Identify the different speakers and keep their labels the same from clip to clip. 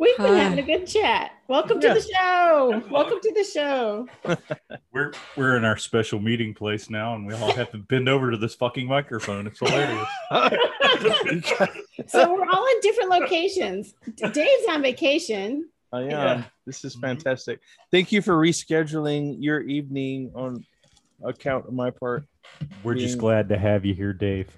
Speaker 1: We've been
Speaker 2: Hi.
Speaker 1: having a good chat. Welcome to the show. Welcome to the show.
Speaker 3: We're we're in our special meeting place now, and we all have to bend over to this fucking microphone. It's hilarious.
Speaker 4: Oh,
Speaker 1: So we're all in different locations. D- Dave's on vacation.
Speaker 4: I am.
Speaker 3: Yeah.
Speaker 4: This is
Speaker 3: Mhm.
Speaker 4: fantastic. Thank you for rescheduling your evening on account of my part.
Speaker 3: We're just
Speaker 4: Being-
Speaker 3: glad to have you here, Dave.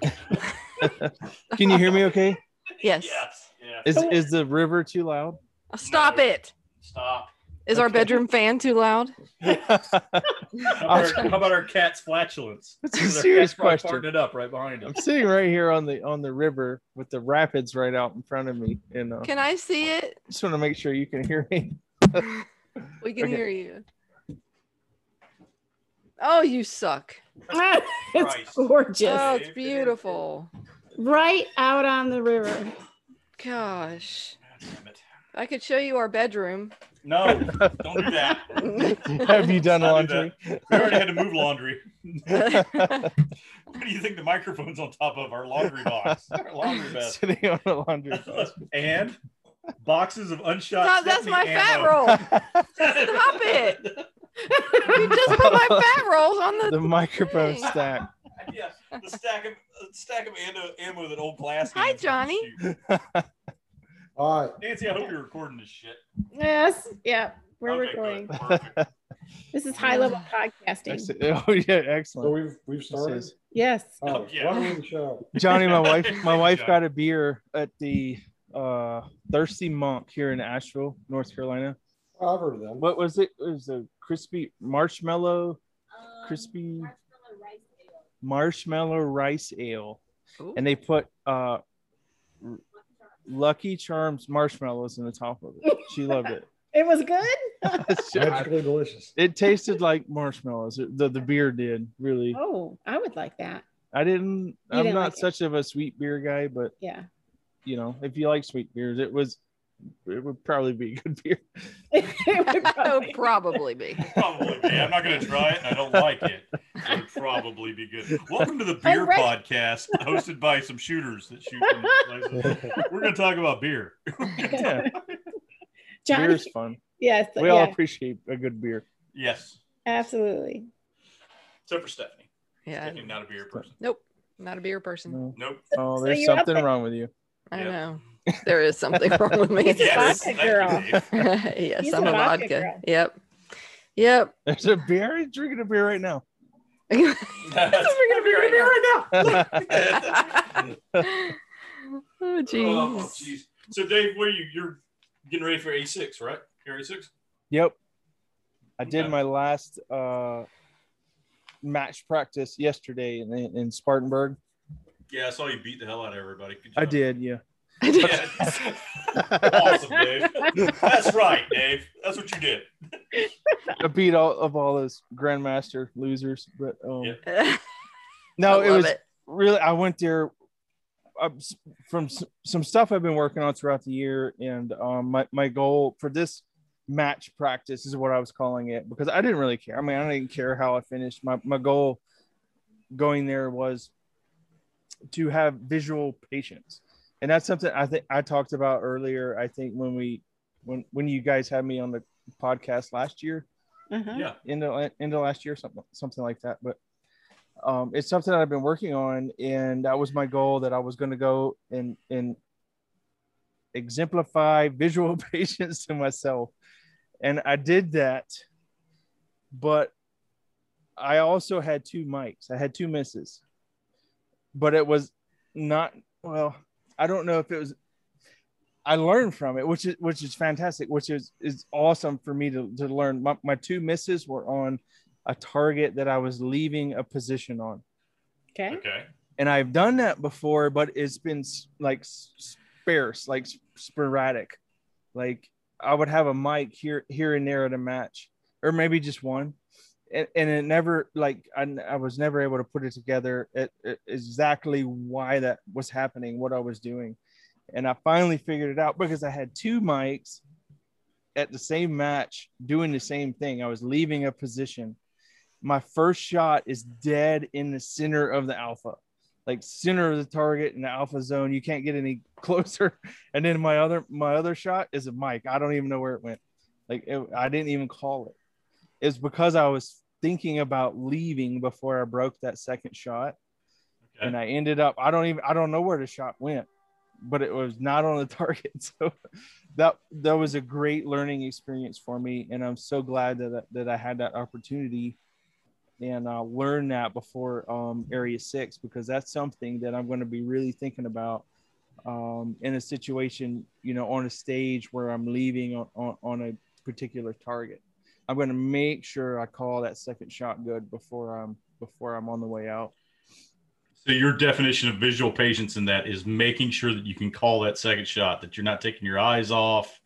Speaker 4: Can you hear me okay?
Speaker 2: Yes.
Speaker 4: Is is the river too loud?
Speaker 2: Stop it.
Speaker 3: Stop.
Speaker 2: Is our bedroom fan too loud?
Speaker 4: I'm
Speaker 3: How about, our, how about our cat's flatulence?
Speaker 4: That's a
Speaker 3: Because our
Speaker 4: serious
Speaker 3: cat's probably
Speaker 4: question.
Speaker 3: farting it up right behind him.
Speaker 4: sitting right here on the on the river with the rapids right out in front of me. And uh,
Speaker 2: Can I see it?
Speaker 4: just want to make sure you can hear me.
Speaker 2: We can
Speaker 4: Okay.
Speaker 2: hear you. Oh, you suck.
Speaker 1: Ah, it's
Speaker 3: Christ.
Speaker 1: gorgeous.
Speaker 2: Oh, it's
Speaker 3: Dave.
Speaker 2: beautiful.
Speaker 1: Right out on the river.
Speaker 2: Gosh.
Speaker 3: Damn it.
Speaker 2: I could show you our bedroom.
Speaker 3: No, don't do that.
Speaker 4: Have you done
Speaker 3: I'll do
Speaker 4: laundry?
Speaker 3: We already had to move laundry.
Speaker 2: That's
Speaker 3: What do you think the microphone's on top of? Our laundry box, our laundry basket,
Speaker 4: Sitting on a laundry. basket.
Speaker 3: and boxes of unshot.
Speaker 2: that's
Speaker 3: Stephanie
Speaker 2: my fat
Speaker 3: ammo.
Speaker 2: roll. Stop it. You just put my fat rolls on the.
Speaker 4: the microphone
Speaker 2: Dang.
Speaker 4: stack.
Speaker 3: yeah, the stack of the stack of ammo, ammo that old glass.
Speaker 2: Hi,
Speaker 3: hands wanted to
Speaker 2: Johnny.
Speaker 3: shoot.
Speaker 5: All right.
Speaker 3: Nancy, I hope you're recording this shit.
Speaker 1: Yes. Yep. We're
Speaker 3: Okay,
Speaker 1: recording.
Speaker 3: good. Perfect.
Speaker 1: This is high
Speaker 2: Ah.
Speaker 1: level podcasting.
Speaker 4: Excellent. Oh yeah,
Speaker 5: So
Speaker 4: excellent.
Speaker 5: we've we've started.
Speaker 4: is-
Speaker 1: Yes.
Speaker 5: Oh,
Speaker 3: Yeah.
Speaker 5: welcome to the show.
Speaker 4: Johnny, my wife, my wife
Speaker 3: Johnny.
Speaker 4: got a beer at the uh, Thirsty Monk here in Asheville, North Carolina.
Speaker 5: Oh, I've heard of them.
Speaker 4: What was it? It was a crispy marshmallow,
Speaker 6: Um,
Speaker 4: crispy
Speaker 6: marshmallow rice ale.
Speaker 4: marshmallow rice ale,
Speaker 2: Ooh.
Speaker 4: and they put uh, Lucky Charms marshmallows in the top of it. She loved it.
Speaker 1: It was good.
Speaker 4: It's just-
Speaker 5: Magically delicious.
Speaker 4: it tasted like marshmallows. It- the the beer did really.
Speaker 1: Oh, I would like that.
Speaker 4: I didn't.
Speaker 1: You
Speaker 4: I'm
Speaker 1: didn't
Speaker 4: not
Speaker 1: like it.
Speaker 4: such of a sweet beer guy, but
Speaker 1: Yeah.
Speaker 4: you know, if you like sweet beers, it was it would probably be a good beer.
Speaker 1: It would
Speaker 2: Oh,
Speaker 1: probably-
Speaker 2: probably be.
Speaker 3: Probably be. I'm not going to try it, and I don't like it. It would probably be good. Welcome to the beer
Speaker 1: ready.
Speaker 3: podcast, hosted by some shooters that shoot. From places. We're going to talk about beer.
Speaker 4: Yeah, beer
Speaker 1: Johnny.
Speaker 4: is fun.
Speaker 1: Yes.
Speaker 4: We
Speaker 1: yeah,
Speaker 4: all appreciate a good beer.
Speaker 3: Yes,
Speaker 1: absolutely.
Speaker 3: except for Stephanie.
Speaker 2: Yeah.
Speaker 3: Stephanie, not a beer person.
Speaker 2: Nope. Not a beer person.
Speaker 4: No.
Speaker 3: Nope.
Speaker 4: Oh,
Speaker 1: So
Speaker 4: there's
Speaker 1: you're up
Speaker 4: something
Speaker 1: there.
Speaker 4: wrong with you.
Speaker 2: I
Speaker 3: Yep.
Speaker 2: know. There is something wrong with me.
Speaker 3: Yes,
Speaker 1: vodka
Speaker 3: thank you,
Speaker 1: girl.
Speaker 3: Dave.
Speaker 2: yes,
Speaker 1: He's
Speaker 2: I'm
Speaker 1: a
Speaker 2: a
Speaker 1: vodka
Speaker 2: vodka.
Speaker 1: girl.
Speaker 2: Yep. Yep.
Speaker 4: There's a beer. I'm drinking a beer right now.
Speaker 3: That's
Speaker 2: gonna be right
Speaker 4: I
Speaker 2: oh
Speaker 3: Oh,
Speaker 2: jeez.
Speaker 3: jeez. So, Dave, where you? You're getting ready for A6, right? You're A6?
Speaker 4: Yep. I did
Speaker 3: Okay.
Speaker 4: my last uh match practice yesterday in, in Spartanburg.
Speaker 3: Yeah, I saw you beat the hell out of everybody. Good
Speaker 4: I
Speaker 3: job.
Speaker 4: did, yeah.
Speaker 3: Yeah. awesome, Dave. That's right, Dave. That's what you did.
Speaker 4: I beat all of all those grandmaster losers, but um
Speaker 3: Yeah.
Speaker 4: no,
Speaker 2: I
Speaker 4: it
Speaker 2: love
Speaker 4: was really i went there uh, s- from s- some stuff i've been working on throughout the year and um, my, my goal for this match practice is what i was calling it because i didn't really care i mean i didn't care how i finished my, my goal going there was to have visual patience and that's something i think i talked about earlier i think when we when when you guys had me on the podcast last year
Speaker 1: Uh-huh.
Speaker 3: Yeah.
Speaker 4: end of end of last year, something something like that. But um, it's something that I've been working on, and that was my goal that I was going to go and and exemplify visual patience to myself, and I did that. But I also had two mics. I had two misses, but it was not well. I don't know if it was. I learned from it, which is which is fantastic, which is is awesome for me to, to learn. My, my two misses were on a target that I was leaving a position on,
Speaker 1: Okay.
Speaker 3: Okay.
Speaker 4: and I've done that before, but it's been s- like s- sparse, like s- sporadic. Like I would have a mic here here and there at a match, or maybe just one, and, and it never like I, n- I was never able to put it together at, at exactly why that was happening, what I was doing, and I finally figured it out because I had two mics at the same match doing the same thing. I was leaving a position. My first shot is dead in the center of the alpha. like center of the target in the alpha zone. You can't get any closer. And then my other my other shot is a mic. I don't even know where it went. Like it, I didn't even call it. It's because I was thinking about leaving before I broke that second shot,
Speaker 3: Okay.
Speaker 4: and I ended up. I don't even. I don't know where the shot went, but it was not on the target. So that that was a great learning experience for me, and I'm so glad that that I had that opportunity and uh, learn that before um, Area Six because that's something that I'm going to be really thinking about um, in a situation, you know, on a stage where I'm leaving on, on, on a particular target. I'm going to make sure I call that second shot good before I'm before I'm on the way out.
Speaker 3: So your definition of visual patience in that is making sure that you can call that second shot, that you're not taking your eyes off,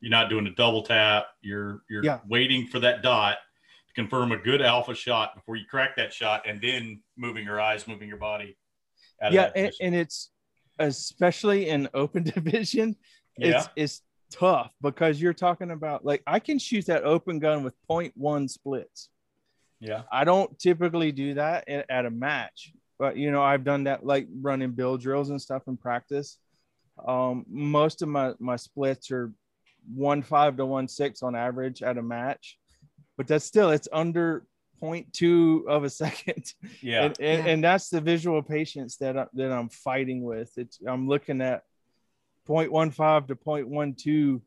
Speaker 3: you're not doing a double tap, you're you're
Speaker 4: Yeah.
Speaker 3: waiting for that dot to confirm a good alpha shot before you crack that shot, and then moving your eyes, moving your body. out of
Speaker 4: yeah,
Speaker 3: that
Speaker 4: and,
Speaker 3: position.
Speaker 4: and it's especially in open division,
Speaker 3: yeah,
Speaker 4: it's it's tough because you're talking about like I can shoot that open gun with 0.1 splits.
Speaker 3: yeah,
Speaker 4: I don't typically do that at, at a match, but you know, I've done that like running build drills and stuff in practice. Um, most of my, my splits are one five to one six on average at a match, but that's still it's under 0.2 of a second.
Speaker 3: yeah.
Speaker 4: And, and,
Speaker 2: Yeah.
Speaker 4: and that's the visual patience that I, that I'm fighting with. It's I'm looking at 0.15 to 0.12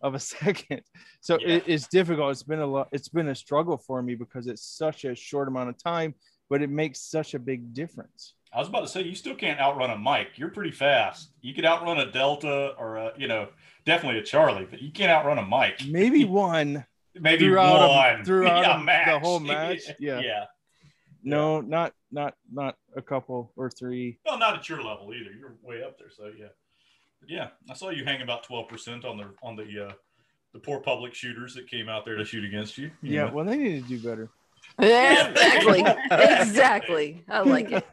Speaker 4: of a second. So
Speaker 3: Yeah.
Speaker 4: it, it's difficult. It's been a lot. It's been a struggle for me because it's such a short amount of time, but it makes such a big difference.
Speaker 3: I was about to say you still can't outrun a Mike. You're pretty fast. You could outrun a Delta or a you know definitely a Charlie, but you can't outrun a Mike.
Speaker 4: Maybe one.
Speaker 3: Maybe
Speaker 4: Throughout 'em-
Speaker 3: one
Speaker 4: throughout
Speaker 3: Yeah,
Speaker 4: 'em the
Speaker 3: max.
Speaker 4: whole match? Yeah.
Speaker 3: yeah.
Speaker 4: No, not not not a couple or three.
Speaker 3: Well, not at your level either. You're way up there, so yeah. But yeah, I saw you hang about twelve percent on the on the uh, the poor public shooters that came out there to shoot against you. you
Speaker 4: Yeah.
Speaker 3: know.
Speaker 4: Well, they need to do better.
Speaker 2: Yeah, exactly. exactly. I like it.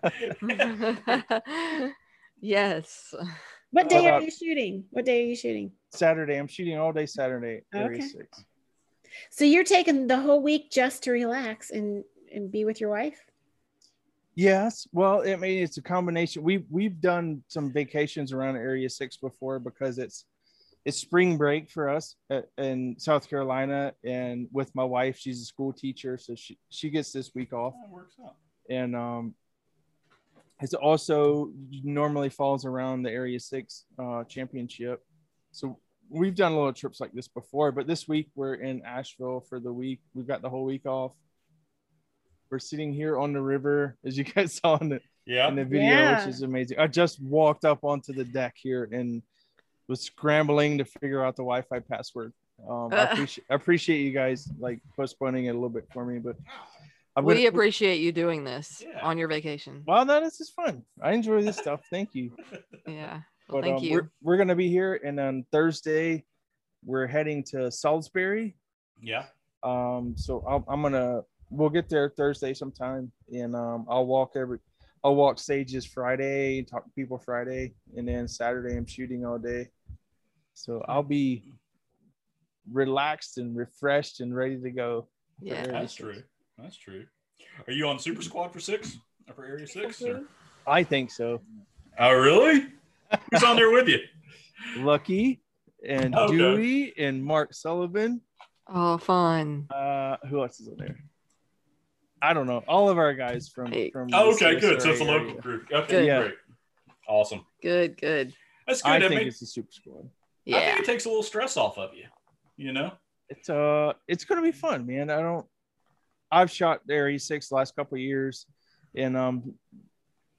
Speaker 2: yes.
Speaker 1: What day are
Speaker 4: about-
Speaker 1: you shooting? What day are you shooting?
Speaker 4: Saturday. I'm shooting all day Saturday. at Area
Speaker 1: Okay.
Speaker 4: six.
Speaker 1: So you're taking the whole week just to relax and and be with your wife?
Speaker 4: Yes. Well, I mean, it's a combination. We we've done some vacations around Area Six before because it's it's spring break for us at, in South Carolina, and with my wife, she's a school teacher, so she she gets this week off,
Speaker 3: That works out.
Speaker 4: and um, it's also normally falls around the Area Six uh, championship, so we've done little trips like this before. But this week we're in Asheville for the week. We've got the whole week off. We're sitting here on the river, as you guys saw in the
Speaker 3: Yeah.
Speaker 4: in the video,
Speaker 1: Yeah.
Speaker 4: which is amazing. I just walked up onto the deck here and was scrambling to figure out the Wi-Fi password. Um, I,
Speaker 2: Uh.
Speaker 4: appreciate, I appreciate you guys like postponing it a little bit for me, but I'm gonna.
Speaker 2: We appreciate you doing this
Speaker 3: Yeah.
Speaker 2: on your vacation.
Speaker 4: wow, no, this is fun. I enjoy this stuff. Thank you.
Speaker 2: Yeah. Well,
Speaker 4: But
Speaker 2: thank
Speaker 4: um,
Speaker 2: you.
Speaker 4: we're we're gonna be here, and on Thursday, we're heading to Salisbury.
Speaker 3: yeah.
Speaker 4: Um, so I'll, I'm gonna we'll get there Thursday sometime, and um, I'll walk every I'll walk stages Friday, talk to people Friday, and then Saturday I'm shooting all day. So I'll be relaxed and refreshed and ready to go. for
Speaker 2: Yeah.
Speaker 4: Area
Speaker 3: That's
Speaker 4: Six.
Speaker 3: true. That's true. Are you on Super Squad for six or for Area Six? or-
Speaker 4: I think so.
Speaker 3: Oh, really? Who's on there with you?
Speaker 4: Lucky and
Speaker 3: Okay.
Speaker 4: Dewey and Mark Sullivan.
Speaker 2: Oh, fun.
Speaker 4: Uh, who else is on there? I don't know. All of our guys from
Speaker 2: Hey.
Speaker 4: from the
Speaker 3: Oh, okay, good. So it's
Speaker 4: CSRA
Speaker 3: a local
Speaker 4: area.
Speaker 3: group. Okay,
Speaker 4: Yeah.
Speaker 3: great. Awesome.
Speaker 2: Good, good.
Speaker 3: That's good.
Speaker 4: I
Speaker 3: that
Speaker 4: think
Speaker 3: makes,
Speaker 4: it's a super squad.
Speaker 3: I think
Speaker 2: Yeah.
Speaker 3: it takes a little stress off of you. You know.
Speaker 4: it's uh it's gonna be fun man i don't i've shot the area six the last couple of years and um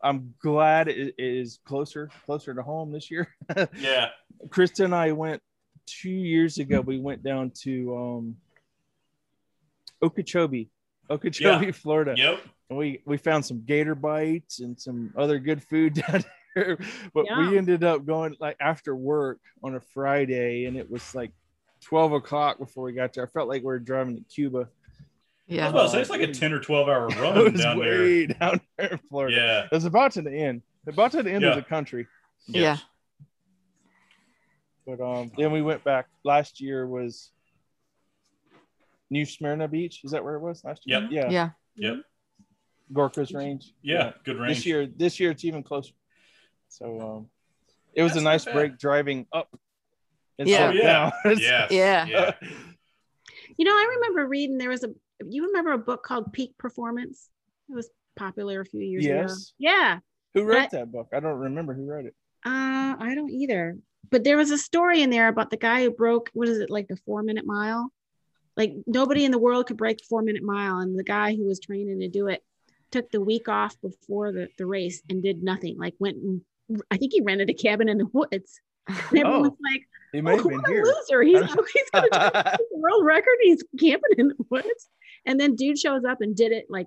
Speaker 4: i'm glad it it is closer closer to home this year
Speaker 3: Yeah.
Speaker 4: krista and i went two years ago we went down to um okeechobee okeechobee florida
Speaker 3: Yep.
Speaker 4: and we we found some gator bites and some other good food down there but
Speaker 1: Yum.
Speaker 4: we ended up going like after work on a friday and it was like 12 o'clock before we got there i felt like we were driving to cuba
Speaker 3: I was
Speaker 2: Yeah.
Speaker 3: about to say it's like a ten or twelve hour
Speaker 4: it
Speaker 3: run
Speaker 4: was
Speaker 3: down there.
Speaker 4: way down there in florida
Speaker 3: Yeah.
Speaker 4: it was about to the end about to the end
Speaker 3: Yeah.
Speaker 4: of the country
Speaker 2: Yeah.
Speaker 4: but um then we went back last year was new smyrna beach is that where it was last year
Speaker 3: Yep.
Speaker 4: yeah
Speaker 2: Yeah.
Speaker 3: Yep.
Speaker 4: Gorka's range.
Speaker 3: Yeah, good range.
Speaker 4: This year, this year it's even closer. So um, it was
Speaker 3: That's
Speaker 4: a
Speaker 3: not
Speaker 4: nice
Speaker 3: bad.
Speaker 4: break driving up.
Speaker 2: Yeah.
Speaker 3: Oh, yeah.
Speaker 4: down.
Speaker 3: Yes,
Speaker 2: Yeah.
Speaker 3: yeah.
Speaker 1: You know, I remember reading there was a you remember a book called Peak Performance? It was popular a few years ago.
Speaker 4: Yes.
Speaker 1: Yeah.
Speaker 4: Who wrote that book? I don't remember who wrote it.
Speaker 1: Uh, I don't either. But there was a story in there about the guy who broke what is it like the four minute mile? Like nobody in the world could break the four minute mile, and the guy who was training to do it took the week off before the, the race and did nothing. Like went and I think he rented a cabin in the woods. And everyone's
Speaker 4: Oh,
Speaker 1: like,
Speaker 4: He may
Speaker 1: "Oh,
Speaker 4: have been
Speaker 1: what a
Speaker 4: here.
Speaker 1: loser! He's oh, he's gonna do
Speaker 4: I
Speaker 1: the world record. He's camping in the woods, and then dude shows up and did it like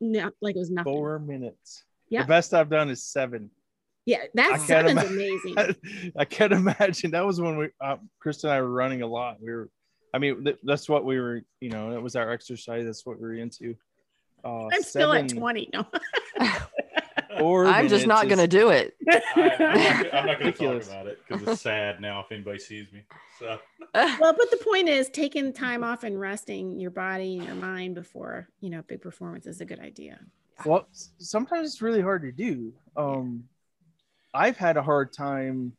Speaker 1: no, like it was nothing.
Speaker 4: Four minutes.
Speaker 1: Yeah.
Speaker 4: The best I've done is seven.
Speaker 1: Yeah,
Speaker 4: I
Speaker 1: that
Speaker 4: can't
Speaker 1: seven's
Speaker 4: imagine.
Speaker 1: amazing.
Speaker 4: I can't imagine. That was when we, uh, Chris and I were running a lot. We were, I mean, th- that's what we were, you know, that was our exercise. That's what we were into. Uh,
Speaker 1: I'm still at
Speaker 4: seven,
Speaker 1: 20. No,
Speaker 4: Four
Speaker 2: I'm just not
Speaker 4: minutes
Speaker 2: gonna do
Speaker 4: is-
Speaker 2: it.
Speaker 3: I, am not going to talk
Speaker 4: Ridiculous.
Speaker 3: about it because it's sad now if anybody sees me. So
Speaker 1: well, but the point is, taking time off and resting your body and your mind before you know big performance is a good idea.
Speaker 4: Well, s- sometimes it's really hard to do. Um, I've had a hard time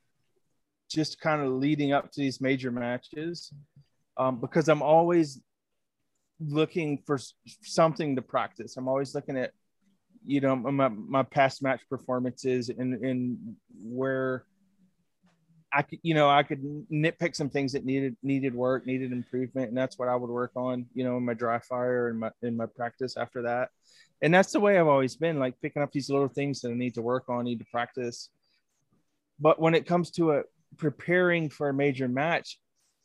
Speaker 4: just kind of leading up to these major matches um, because I'm always looking for s- something to practice. I'm always looking at, you know, my, my past match performances and, and where I could, you know, I could nitpick some things that needed, needed work, needed improvement. And that's what I would work on, you know, in my dry fire and my, in my practice after that and that's the way I've always been, like picking up these little things that I need to work on, need to practice. But when it comes to a preparing for a major match,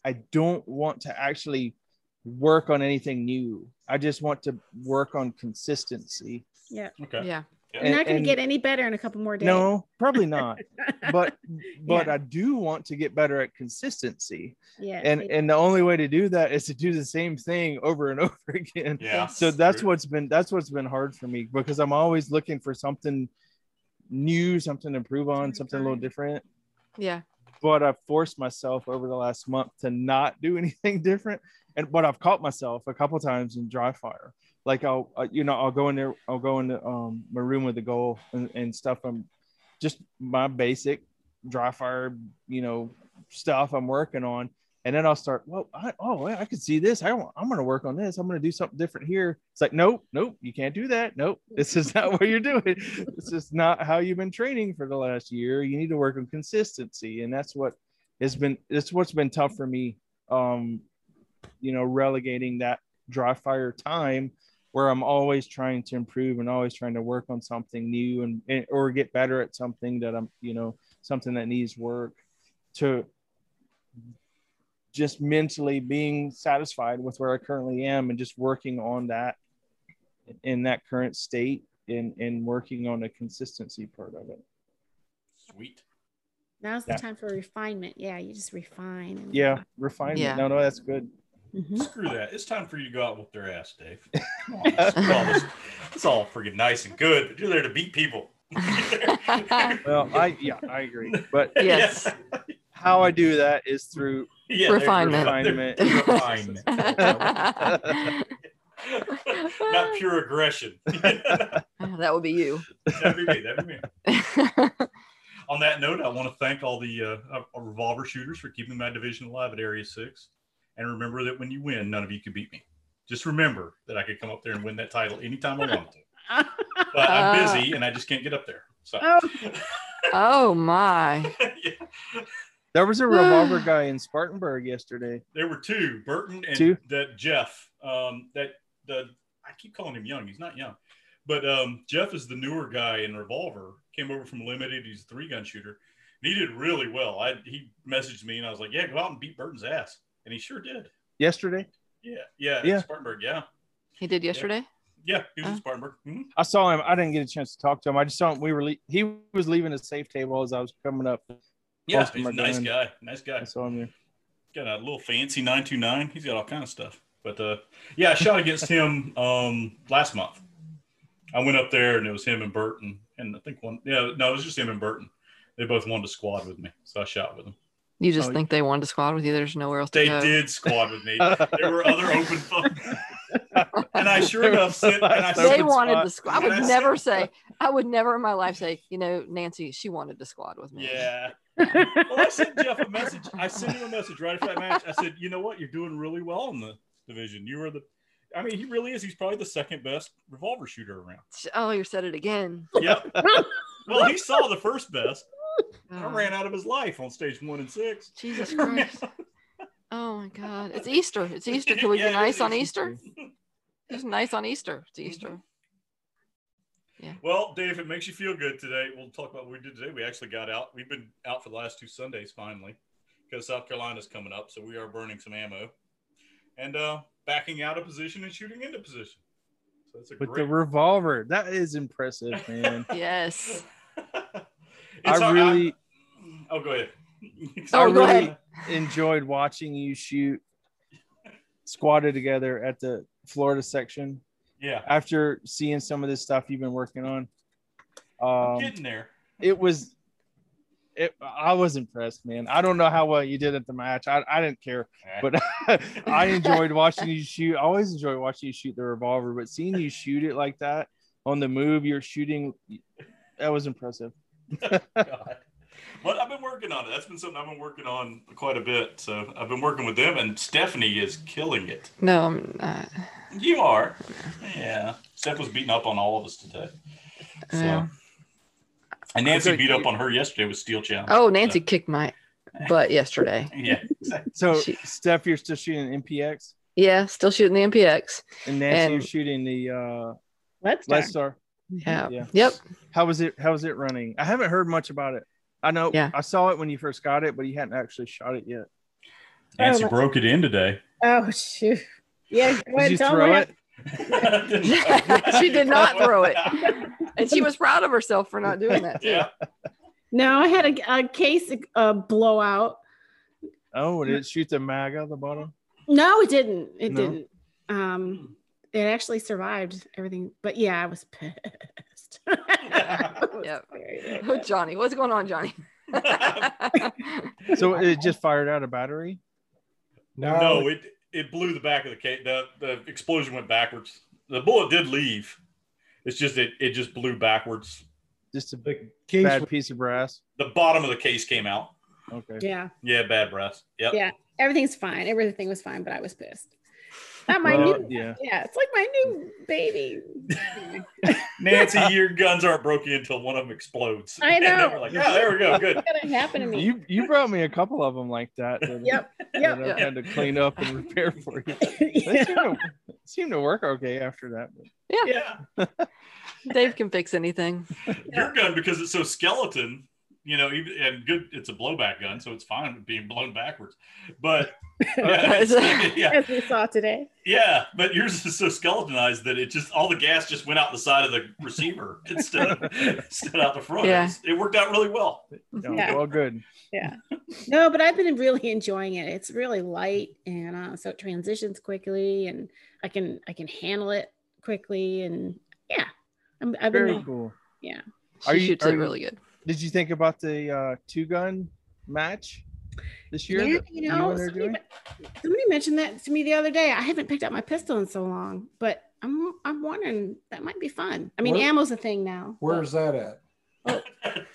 Speaker 4: I don't want to actually work on anything new. I just want to work on consistency.
Speaker 3: okay.
Speaker 2: yeah.
Speaker 1: You're not going
Speaker 4: And-
Speaker 1: to get any better in a couple more days.
Speaker 4: No, probably not. but but
Speaker 1: Yeah.
Speaker 4: I do want to get better at consistency.
Speaker 1: yeah,
Speaker 4: And
Speaker 1: it-
Speaker 4: and the only way to do that is to do the same thing over and over again.
Speaker 3: Yeah.
Speaker 4: so that's
Speaker 3: True.
Speaker 4: what's been that's what's been hard for me because i'm always looking for something new something to improve on something a little different
Speaker 2: Yeah.
Speaker 4: but i've forced myself over the last month to not do anything different and but i've caught myself a couple times in dry fire like i'll uh, you know i'll go in there i'll go into um my room with the goal and, and stuff i'm just my basic dry fire you know stuff i'm working on and then I'll start. Well, I, oh, I could see this. I want, I'm going to work on this. I'm going to do something different here. It's like, nope, nope, you can't do that. Nope, this is not what you're doing. This is not how you've been training for the last year. You need to work on consistency, and that's what has been. That's what's been tough for me. Um, you know, relegating that dry fire time where I'm always trying to improve and always trying to work on something new and, and or get better at something that I'm, you know, something that needs work to just mentally being satisfied with where I currently am and just working on that in that current state and and working on the consistency part of it.
Speaker 3: Sweet.
Speaker 1: now's the
Speaker 4: yeah.
Speaker 1: time for refinement. Yeah, you just refine. and-
Speaker 4: Yeah, refinement.
Speaker 2: Yeah.
Speaker 4: No, no, that's good.
Speaker 1: Mhm.
Speaker 3: Screw that. It's time for you to go out and whoop their ass, Dave. Come on, it's, all this, it's all freaking nice and good, but you're there to beat people.
Speaker 4: Well, I yeah, I agree. But
Speaker 2: Yes.
Speaker 4: how I do that is through
Speaker 3: Yeah, there you go.
Speaker 4: Refinement.
Speaker 3: Refinement. Not pure aggression. That'd
Speaker 2: that would be you.
Speaker 3: be me. That'd be me. On that note, I want to thank all the uh, uh, revolver shooters for keeping my division alive at Area 6. And remember that when you win, none of you can beat me. Just remember that I could come up there and win that title anytime I wanted to. But I'm
Speaker 2: Uh.
Speaker 3: busy and I just can't get up there. So,
Speaker 1: Oh,
Speaker 2: oh my.
Speaker 3: yeah.
Speaker 4: there was a revolver guy in Spartanburg yesterday.
Speaker 3: There were two, Burton and
Speaker 4: Two?
Speaker 3: that Jeff. Um, that the I keep calling him young. He's not young, but um, Jeff is the newer guy in Revolver. Came over from Limited. He's a three gun shooter. And he did really well. I he messaged me and I was like, yeah, go out and beat Burton's ass, and he sure did.
Speaker 4: Yesterday,
Speaker 3: Yeah, yeah,
Speaker 4: Yeah. Uh-huh.
Speaker 3: Spartanburg. Yeah,
Speaker 2: He did yesterday?
Speaker 3: yeah, he was in
Speaker 2: Oh.
Speaker 3: Spartanburg. Mhm.
Speaker 4: I saw him. I didn't get a chance to talk to him. I just saw him. We were le- he was leaving the safe table as I was coming up.
Speaker 3: Yeah,
Speaker 4: Awesome,
Speaker 3: he's a
Speaker 4: my
Speaker 3: nice
Speaker 4: gun.
Speaker 3: guy. Nice guy.
Speaker 4: I saw him there.
Speaker 3: got a little fancy 929 he's got all kind of stuff but uh yeah i shot against him um last month i went up there and it was him and burton and i think one yeah no it was just him and burton they both wanted to squad with me so i shot with them
Speaker 2: You just
Speaker 4: Oh,
Speaker 2: think they wanted to squad with you. There's nowhere else to
Speaker 3: they
Speaker 2: go.
Speaker 3: did squad with me there were other open fu- And I sure enough sent, and I
Speaker 4: That's
Speaker 2: they
Speaker 3: sent,
Speaker 4: open
Speaker 2: wanted
Speaker 4: spot.
Speaker 2: to squad. I
Speaker 3: Yes.
Speaker 2: would never say. I would never in my life say. You know, Nancy, she wanted to squad with me.
Speaker 3: yeah. Well, I sent Jeff a message. I sent him a message right after that match. I said, you know what? You're doing really well in the division. You are the, I mean, he really is. He's probably the second best revolver shooter around.
Speaker 2: Oh, you said it again.
Speaker 3: Yep. well, he saw the first best. I
Speaker 2: Oh,
Speaker 3: ran out of his life on stage one and six.
Speaker 2: Jesus Christ. Oh my God, it's Easter. It's Easter. Can we
Speaker 3: Yeah,
Speaker 2: be
Speaker 3: it
Speaker 2: nice
Speaker 3: is
Speaker 2: on Easter? It's nice on Easter. It's Easter.
Speaker 3: Well, Dave, if it makes you feel good today, we'll talk about what we did today. We actually got out. We've been out for the last two Sundays finally because South Carolina's coming up. So we are burning some ammo and uh, backing out of position and shooting into position. So that's a
Speaker 4: With the
Speaker 3: great.
Speaker 4: revolver, that is impressive, man.
Speaker 2: Yes.
Speaker 3: It's
Speaker 4: I
Speaker 3: all-
Speaker 4: really
Speaker 3: I- oh, go ahead.
Speaker 4: I
Speaker 2: Oh, go
Speaker 4: really
Speaker 2: ahead.
Speaker 4: enjoyed watching you shoot squatted together at the Florida section
Speaker 3: Yeah.
Speaker 4: after seeing some of this stuff you've been working on.
Speaker 3: I'm
Speaker 4: Um,
Speaker 3: getting there.
Speaker 4: it was it, I was impressed, man. I don't know how well you did at the match. I, I didn't care, but I enjoyed watching you shoot. I always enjoy watching you shoot the revolver, but seeing you shoot it like that on the move, you're shooting that was impressive.
Speaker 3: God. But I've been working on it. That's been something I've been working on quite a bit. So I've been working with them, and Stephanie is killing it.
Speaker 2: No, I'm uh, not.
Speaker 3: You are. Yeah. Steph was beating up on all of us today. So.
Speaker 2: Yeah.
Speaker 3: And Nancy
Speaker 4: Okay.
Speaker 3: beat up on her yesterday with Steel Challenge.
Speaker 2: Oh, Nancy kicked my butt yesterday.
Speaker 3: Yeah.
Speaker 4: So
Speaker 2: She-
Speaker 4: Steph, you're still shooting MPX,
Speaker 2: Yeah, still shooting the MPX.
Speaker 4: and Nancy,
Speaker 2: And-
Speaker 4: you're shooting the uh,
Speaker 1: Let's start.
Speaker 4: Last Star.
Speaker 2: Yeah.
Speaker 4: Yeah.
Speaker 2: Yep.
Speaker 4: How was it? How was it running? I haven't heard much about it. I know
Speaker 2: Yeah.
Speaker 4: I saw it when you first got it, but you hadn't actually shot it yet.
Speaker 3: Nancy
Speaker 1: Oh, my-
Speaker 3: broke it in today.
Speaker 1: Oh shoot. Yeah, go
Speaker 4: Did
Speaker 1: ahead,
Speaker 4: you
Speaker 1: tell 'em
Speaker 4: throw
Speaker 1: what
Speaker 4: it?
Speaker 2: She did not throw it. And she was proud of herself for not doing that. too.
Speaker 3: yeah.
Speaker 1: No, I had a, a case uh, blowout.
Speaker 4: Oh, did it shoot the mag out of the bottom?
Speaker 1: No, it didn't. It
Speaker 4: No?
Speaker 1: didn't. Um, it actually survived everything. But yeah, I was pissed. I was
Speaker 2: Yep.
Speaker 1: very, very
Speaker 2: Oh,
Speaker 1: pissed.
Speaker 2: Johnny, what's going on, Johnny?
Speaker 4: So it just fired out a battery.
Speaker 3: No, it it blew the back of the case. The the explosion went backwards. The bullet did leave. It's just it it just blew backwards.
Speaker 4: Just a
Speaker 5: The case
Speaker 4: bad piece of brass.
Speaker 3: The bottom of the case came out.
Speaker 4: Okay.
Speaker 1: Yeah,
Speaker 3: Yeah, bad breath. Yep.
Speaker 1: Yeah. everything's fine. Everything was fine, but I was pissed. Not my
Speaker 4: Well,
Speaker 1: new.
Speaker 4: yeah.
Speaker 1: Yeah, it's like my new baby.
Speaker 3: Nancy, your guns aren't broken until one of them explodes.
Speaker 1: I
Speaker 3: And then
Speaker 1: know.
Speaker 3: we're like, yeah, there we go. Good.
Speaker 1: It's gonna happen to me.
Speaker 4: You you brought me a couple of them like that. that-
Speaker 1: Yep.
Speaker 4: that
Speaker 1: Yep.
Speaker 4: I've had to clean up and repair for you. They seem
Speaker 1: Yeah.
Speaker 4: to, seem to work okay after that.
Speaker 3: Yeah.
Speaker 2: Dave can fix anything.
Speaker 3: Your gun, because it's so skeleton, you know, even and good, it's a blowback gun, so it's fine with being blown backwards. But yeah, it's- yeah,
Speaker 1: As we saw today.
Speaker 3: yeah, but yours is so skeletonized that it just all the gas just went out the side of the receiver instead of instead out the front.
Speaker 2: Yeah.
Speaker 3: It's- It worked out really well.
Speaker 4: No,
Speaker 1: Yeah.
Speaker 4: Well, good.
Speaker 1: No, but I've been really enjoying it. It's really light and uh, so it transitions quickly and I can I can handle it quickly and yeah. I'm, I've been
Speaker 4: Very cool.
Speaker 2: She
Speaker 4: Are you-
Speaker 2: shoots
Speaker 4: are
Speaker 2: it
Speaker 4: you-
Speaker 2: really good.
Speaker 4: Did you think about the uh, two gun match this year?
Speaker 1: yeah,
Speaker 4: that
Speaker 1: you know,
Speaker 4: and her
Speaker 1: somebody,
Speaker 4: doing?
Speaker 1: men- somebody mentioned that to me the other day. I haven't picked up my pistol in so long, but I'm I'm wondering that might be fun. I mean,
Speaker 5: Where-
Speaker 1: ammo's a thing now.
Speaker 5: Where's that at?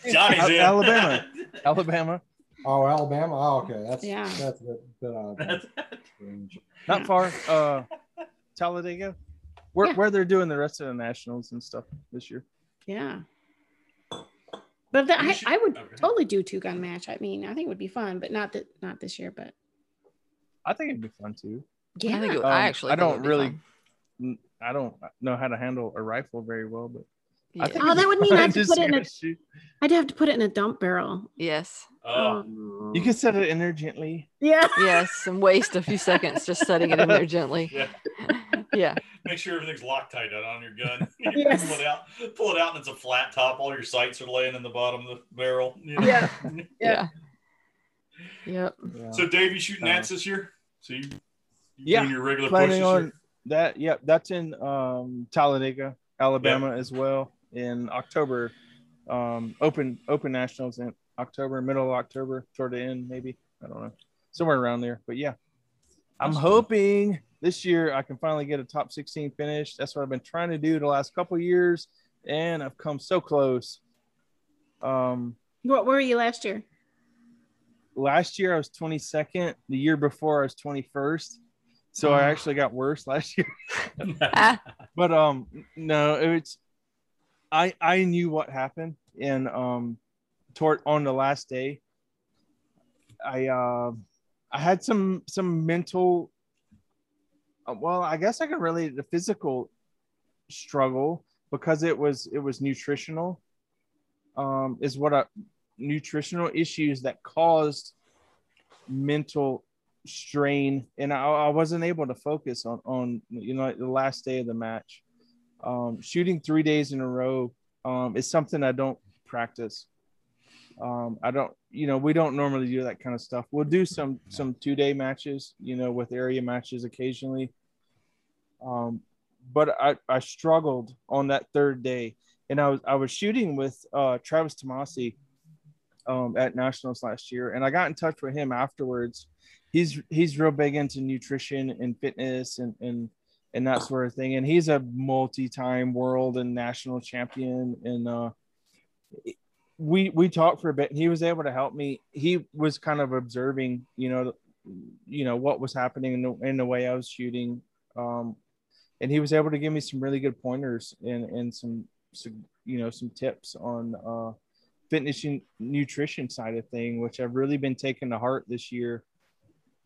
Speaker 3: Johnny's in
Speaker 4: Alabama. Alabama,
Speaker 5: Oh, Alabama. Oh, okay. That's
Speaker 1: Yeah.
Speaker 5: that's a bit, bit odd. Oh,
Speaker 3: That's-
Speaker 5: Strange.
Speaker 4: not far. Uh, Talladega, where,
Speaker 1: Yeah.
Speaker 4: where they're doing the rest of the nationals and stuff this year.
Speaker 1: Yeah. But that,
Speaker 3: You
Speaker 1: I,
Speaker 3: should-
Speaker 1: I would
Speaker 3: okay.
Speaker 1: totally do two gun match. I mean, I think it would be fun, but not that not this year, but
Speaker 4: I think it'd be fun too.
Speaker 1: yeah.
Speaker 2: I think it,
Speaker 4: Um,
Speaker 2: I actually
Speaker 4: I
Speaker 2: think it
Speaker 4: don't
Speaker 2: would be
Speaker 4: really-
Speaker 2: fun.
Speaker 4: N- I don't know how to handle a rifle very well, but
Speaker 2: Yeah.
Speaker 4: I think
Speaker 1: Oh, that would mean I have to
Speaker 4: Just
Speaker 1: put it in a-
Speaker 4: gonna shoot.
Speaker 1: I'd have to put it in a dump barrel.
Speaker 2: Yes.
Speaker 3: Oh,
Speaker 1: Um,
Speaker 4: You can set it in there gently.
Speaker 1: yeah.
Speaker 2: Yes. And waste a few seconds just setting it in there gently.
Speaker 3: yeah.
Speaker 2: Yeah.
Speaker 3: make sure everything's Loctite on your gun. You
Speaker 1: Yes.
Speaker 3: Pull it out. Pull it out, and it's a flat top. All your sights are laying in the bottom of the barrel. you know?
Speaker 1: Yeah.
Speaker 2: Yeah.
Speaker 1: Yeah.
Speaker 2: Yep.
Speaker 4: Yeah.
Speaker 3: So, Dave, you shooting
Speaker 4: Uh,
Speaker 3: ats this year? So you, you
Speaker 4: Yeah,
Speaker 3: doing your regular push
Speaker 4: planning
Speaker 3: this
Speaker 4: on
Speaker 3: year?
Speaker 4: that. Yep, that's in um, Talladega, Alabama as well in October. Um, open open nationals in October, middle of October, toward the end maybe. I don't know, somewhere around there. But yeah, I'm
Speaker 3: That's cool.
Speaker 4: hoping This year, I can finally get a top 16 finish. That's what I've been trying to do the last couple of years, and I've come so close. Um,
Speaker 1: What were you last year?
Speaker 4: last year I was 22nd. The year before I was 21st. So I
Speaker 2: Ah.
Speaker 4: actually got worse last year.
Speaker 2: Ah,
Speaker 4: But um, no, it's I I knew what happened, and um, toward on the last day, I uh, I had some some mental. uh, Well, I guess I can relate it to physical struggle because it was it was nutritional. Um, is what I nutritional issues that caused mental strain and I, I wasn't able to focus on on you know the last day of the match um shooting three days in a row um is something i don't practice um i don't you know we don't normally do that kind of stuff we'll do some some two day matches you know with area matches occasionally um but i i struggled on that third day and i was i was shooting with uh travis tomasi um at nationals last year and i got in touch with him afterwards he's he's real big into nutrition and fitness and and and that sort of thing and he's a multi-time world and national champion and uh we we talked for a bit and he was able to help me he was kind of observing you know you know what was happening in the, in the way i was shooting um and he was able to give me some really good pointers and and some, some you know some tips on uh fitness and nutrition side of thing which i've really been taking to heart this year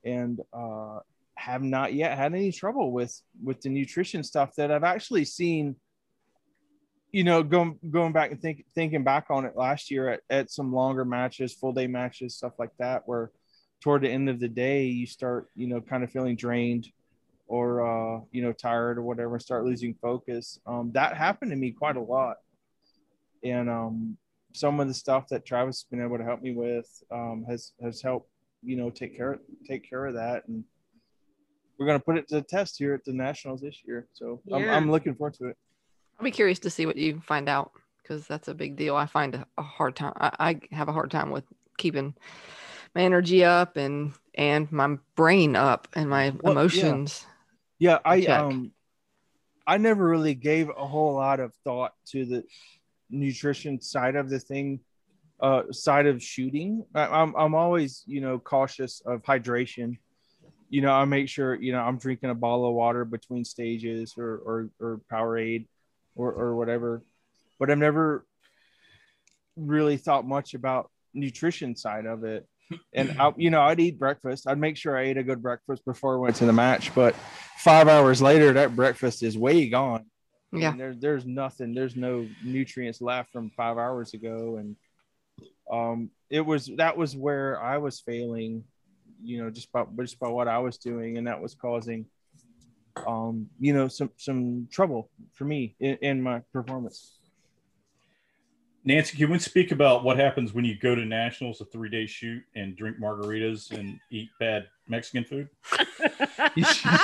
Speaker 4: and uh, have not yet had any trouble with with the nutrition stuff that I've actually seen. You know, going going back and think, thinking back on it last year at, at some longer matches, full day matches, stuff like that, where toward the end of the day you start you know kind of feeling drained or uh, you know tired or whatever, start losing focus. Um, that happened to me quite a lot, and um, some of the stuff that Travis has been able to help me with um, has has helped you know take care take care of that and we're going to put it to the test here at the nationals this year so I'm,
Speaker 1: Yeah.
Speaker 4: I'm looking forward to it
Speaker 2: I'll be curious to see what you find out because that's a big deal. I find a, a hard time. I, I have a hard time with keeping my energy up and and my brain up and my
Speaker 4: yeah.
Speaker 2: emotions.
Speaker 4: yeah i
Speaker 2: Check.
Speaker 4: um i never really gave a whole lot of thought to the nutrition side of the thing uh side of shooting I, i'm i'm always you know cautious of hydration you know i make sure you know i'm drinking a bottle of water between stages or or, or powerade or or whatever but i've never really thought much about nutrition side of it and I, you know i'd eat breakfast i'd make sure i ate a good breakfast before i went to the match but five hours later that breakfast is way gone I mean,
Speaker 2: Yeah.
Speaker 4: there, there's nothing. There's no nutrients left from five hours ago, and um, it was that was where I was failing, you know, just by just by what I was doing, and that was causing, um, you know, some some trouble for me in, in my performance.
Speaker 3: Nancy, can we speak about what happens when you go to nationals, a three day shoot, and drink margaritas and eat bad Mexican food?
Speaker 4: You shoot,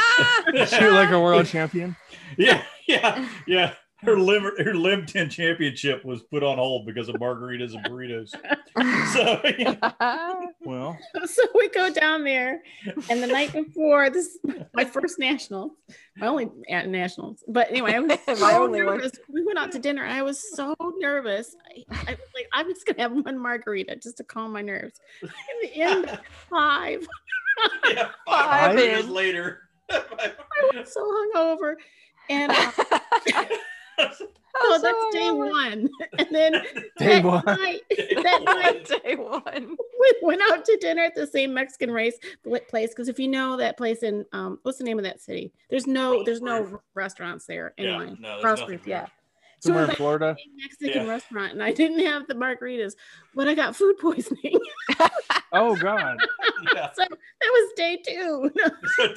Speaker 4: you shoot like a world champion.
Speaker 3: yeah, yeah, yeah. Her lim her Lim 10 championship was put on hold because of margaritas and burritos. So yeah.
Speaker 2: Oh,
Speaker 4: Well,
Speaker 1: so we go down there and the night before this is my first national my only at nationals but anyway i was
Speaker 2: My
Speaker 1: so
Speaker 2: only one.
Speaker 1: nervous we went out to dinner and i was so nervous I, I was like i'm just gonna have one margarita just to calm my nerves in the end five
Speaker 3: yeah,
Speaker 2: Five
Speaker 3: margaritas
Speaker 2: in.
Speaker 3: later.
Speaker 1: i was so hungover and uh, so that's day one and then
Speaker 4: day
Speaker 1: that
Speaker 4: one.
Speaker 1: night that night
Speaker 2: Day one.
Speaker 1: we went out to dinner at the same Mexican race pl- place because if you know that place in um, what's the name of that city? There's no there's no restaurants there
Speaker 3: Yeah,
Speaker 1: anyway.
Speaker 3: no, there's
Speaker 1: Cross
Speaker 3: nothing
Speaker 1: Creek,
Speaker 3: there.
Speaker 1: yeah. So
Speaker 4: Somewhere
Speaker 1: it was
Speaker 4: in
Speaker 1: like a
Speaker 4: Florida.
Speaker 1: Mexican
Speaker 3: Yeah.
Speaker 1: restaurant, and I didn't have the margaritas, but I got food poisoning.
Speaker 4: Oh God.
Speaker 3: Yeah.
Speaker 1: so that was day two.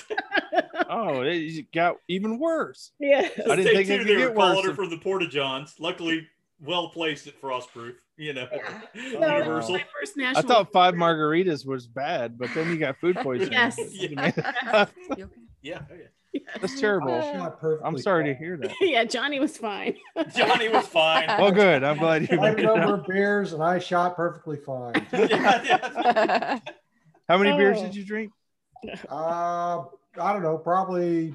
Speaker 4: Oh, it got even worse.
Speaker 1: yeah.
Speaker 4: I didn't
Speaker 3: Day
Speaker 4: think it
Speaker 3: two,
Speaker 4: could
Speaker 3: they
Speaker 4: get
Speaker 3: were calling
Speaker 4: worse.
Speaker 3: her from the Porta Johns. Luckily, well placed at Frostproof. You know,
Speaker 1: Yeah. So that was
Speaker 3: Universal.
Speaker 1: my first national.
Speaker 4: I thought five margaritas was bad, but then you got food poisoning.
Speaker 1: Yes. Oh.
Speaker 2: You okay?
Speaker 3: Yeah.
Speaker 4: That's terrible. I'm sorry to hear that.
Speaker 1: yeah, Johnny was fine.
Speaker 3: Johnny was fine.
Speaker 4: Well, good. I'm glad you
Speaker 5: I
Speaker 4: made it up.
Speaker 5: remember beers and I shot perfectly fine.
Speaker 3: Yeah, yeah.
Speaker 4: How many beers
Speaker 1: Oh.
Speaker 4: did you drink?
Speaker 5: Uh, I don't know, probably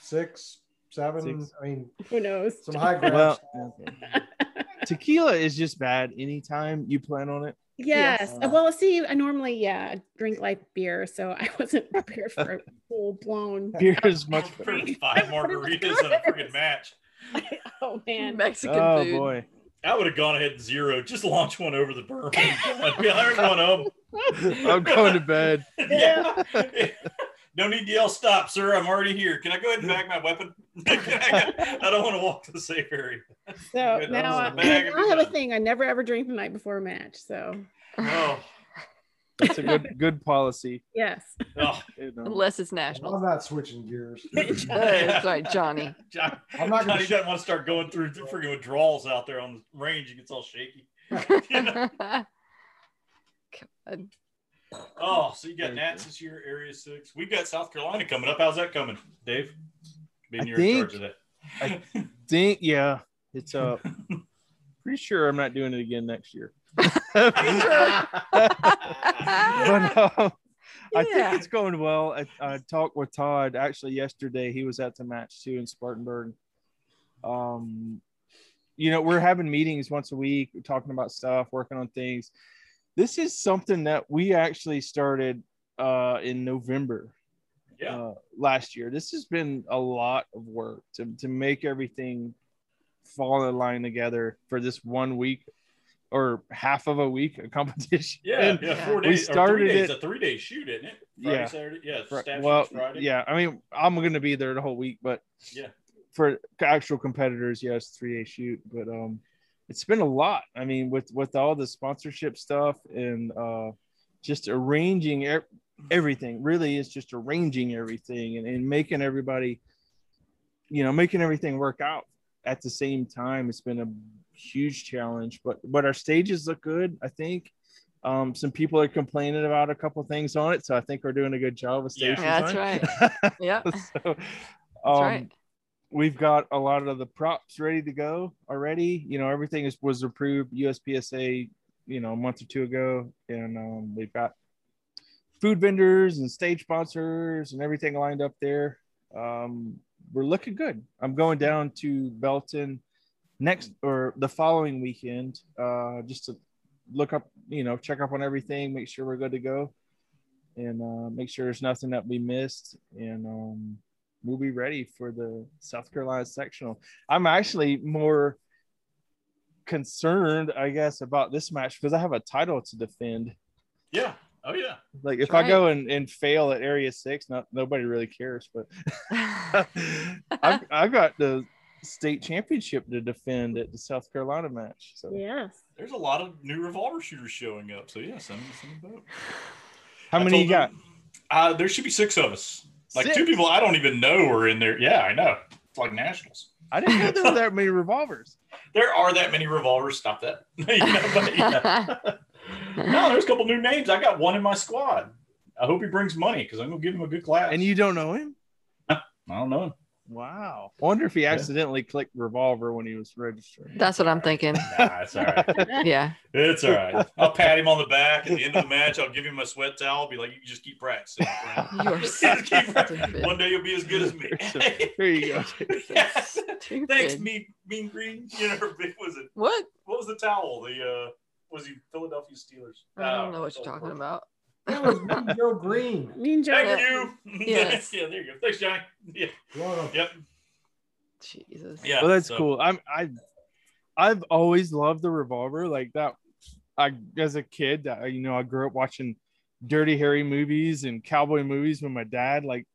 Speaker 5: six, seven.
Speaker 4: Six.
Speaker 5: I mean,
Speaker 1: Who knows?
Speaker 5: some high grabs.
Speaker 4: Well, tequila is just bad anytime you plan on it.
Speaker 1: Yes. Uh,
Speaker 4: Yes.
Speaker 1: Well, see, I normally, yeah, drink like beer. So I wasn't prepared for a full blown.
Speaker 4: Beer is much better.
Speaker 3: First five margaritas in a freaking match.
Speaker 1: Oh, man.
Speaker 2: Mexican
Speaker 4: Oh
Speaker 2: food.
Speaker 4: boy.
Speaker 3: I would have gone ahead zero. Just launch one over the berm. I'd be like, "I'm going home."
Speaker 4: I'm going to bed.
Speaker 3: yeah. No need to yell stop, sir. I'm already here. Can I go ahead and bag my weapon? I don't want to walk to the safe area.
Speaker 1: So
Speaker 3: Good.
Speaker 1: now I,
Speaker 3: Awesome. Bag
Speaker 1: I have a
Speaker 3: of-
Speaker 1: thing. I never ever drink the night before a match. So,
Speaker 3: Oh,
Speaker 4: That's a good good policy.
Speaker 1: yes.
Speaker 3: oh.
Speaker 4: you know.
Speaker 2: Unless it's
Speaker 5: I'm
Speaker 2: national.
Speaker 5: not switching gears.
Speaker 2: That's right, Johnny.
Speaker 3: John,
Speaker 5: I'm not going
Speaker 3: Johnny
Speaker 5: to.
Speaker 3: doesn't want to start going through freaking withdrawals out there on the range. He gets all shaky.
Speaker 2: God.
Speaker 3: Oh, so you got
Speaker 4: Very
Speaker 3: Nats
Speaker 4: good.
Speaker 3: this year, Area Six. We've got South Carolina coming up. How's that coming, Dave? Being
Speaker 4: I
Speaker 3: you're in charge of
Speaker 4: think-
Speaker 3: that.
Speaker 4: Think yeah, it's up. Pretty sure I'm not doing it again next year. but um, I
Speaker 2: Yeah.
Speaker 4: think it's going well. I, I talked with Todd actually yesterday. He was at the match too in Spartanburg. Um, you know, we're having meetings once a week, we're talking about stuff, working on things. This is something that we actually started uh, in November
Speaker 3: yeah.
Speaker 4: uh, last year. This has been a lot of work to, to make everything fall in line together for this one week or half of a week of competition.
Speaker 3: Yeah, yeah, four
Speaker 4: we
Speaker 3: days. or
Speaker 4: started
Speaker 3: three days,
Speaker 4: it-
Speaker 3: a three-day shoot, isn't it? Friday,
Speaker 4: Yeah.
Speaker 3: Saturday, yeah.
Speaker 4: Fri-
Speaker 3: Staff
Speaker 4: well,
Speaker 3: shoot's Friday.
Speaker 4: yeah. I mean, I'm gonna be there the whole week, but
Speaker 3: Yeah.
Speaker 4: for actual competitors, yes, three A shoot, but um, it's been a lot. I mean, with with all the sponsorship stuff and uh, just arranging e- everything. Really, it's just arranging everything and, and making everybody, you know, making everything work out at the same time. It's been a huge challenge, but but our stages look good. I think. Um, some people are complaining about a couple things on it, so I think we're doing a good job with
Speaker 3: Yeah.
Speaker 4: stage
Speaker 2: Yeah, that's
Speaker 4: design.
Speaker 2: yeah, that's
Speaker 4: so, um,
Speaker 2: right.
Speaker 4: We've got a lot of the props ready to go already. You know, everything is, was approved USPSA, you know, a month or two ago, and um, we've got food vendors and stage sponsors and everything lined up there. Um, we're looking good. I'm going down to Belton next or the following weekend uh, just to look up, you know, check up on everything, make sure we're good to go, and uh, make sure there's nothing that we missed. And um, we'll be ready for the South Carolina sectional. I'm actually more concerned, I guess, about this match because I have a title to defend.
Speaker 3: yeah. Oh yeah.
Speaker 4: Like if
Speaker 2: That's
Speaker 4: I go and, and fail at area six, not nobody really cares. But I've, I've got the state championship to defend at the South Carolina match. So
Speaker 1: Yes.
Speaker 3: There's a lot of new revolver shooters showing up. So yeah, send me some vote.
Speaker 4: how
Speaker 3: I
Speaker 4: many you
Speaker 3: told
Speaker 4: got?
Speaker 3: them- Uh, there should be six of us. Like two
Speaker 4: Six.
Speaker 3: people I don't even know are in there. Yeah, I know. It's like nationals.
Speaker 4: I didn't know there were that many revolvers.
Speaker 3: There are that many revolvers. Stop that. You know, but, yeah. no, there's a couple new names. I got one in my squad. I hope he brings money because I'm gonna give him a good class.
Speaker 4: And you don't know him?
Speaker 3: I don't know.
Speaker 4: Wow. I wonder if he accidentally clicked revolver when he was registering.
Speaker 2: That's what I'm thinking.
Speaker 3: Nah, it's all right.
Speaker 2: Yeah.
Speaker 3: It's all right. I'll pat him on the back at the end of the match. I'll give him a sweat towel. I'll be like, you can just keep practicing. friend.
Speaker 2: You are so
Speaker 3: Just keep practicing.
Speaker 2: stupid.
Speaker 3: One day you'll be as good as me.
Speaker 4: There you go.
Speaker 3: Yes.
Speaker 2: Stupid.
Speaker 3: Thanks, mean, mean green. You know, it was it
Speaker 2: What?
Speaker 3: what was the towel? The uh was he Philadelphia Steelers? Ah,
Speaker 2: I don't know what
Speaker 3: oh,
Speaker 2: you're talking about.
Speaker 5: It was me, Joe Green.
Speaker 1: Mean Joe.
Speaker 3: Thank you.
Speaker 2: Yes.
Speaker 3: yeah, there you go. Thanks, Johnny. Yeah.
Speaker 5: Love him.
Speaker 3: Yep.
Speaker 2: Jesus.
Speaker 3: Yeah.
Speaker 4: well that's
Speaker 3: so-
Speaker 4: cool i'm i i've always loved the revolver like that i as a kid that you know i grew up watching dirty harry movies and cowboy movies with my dad like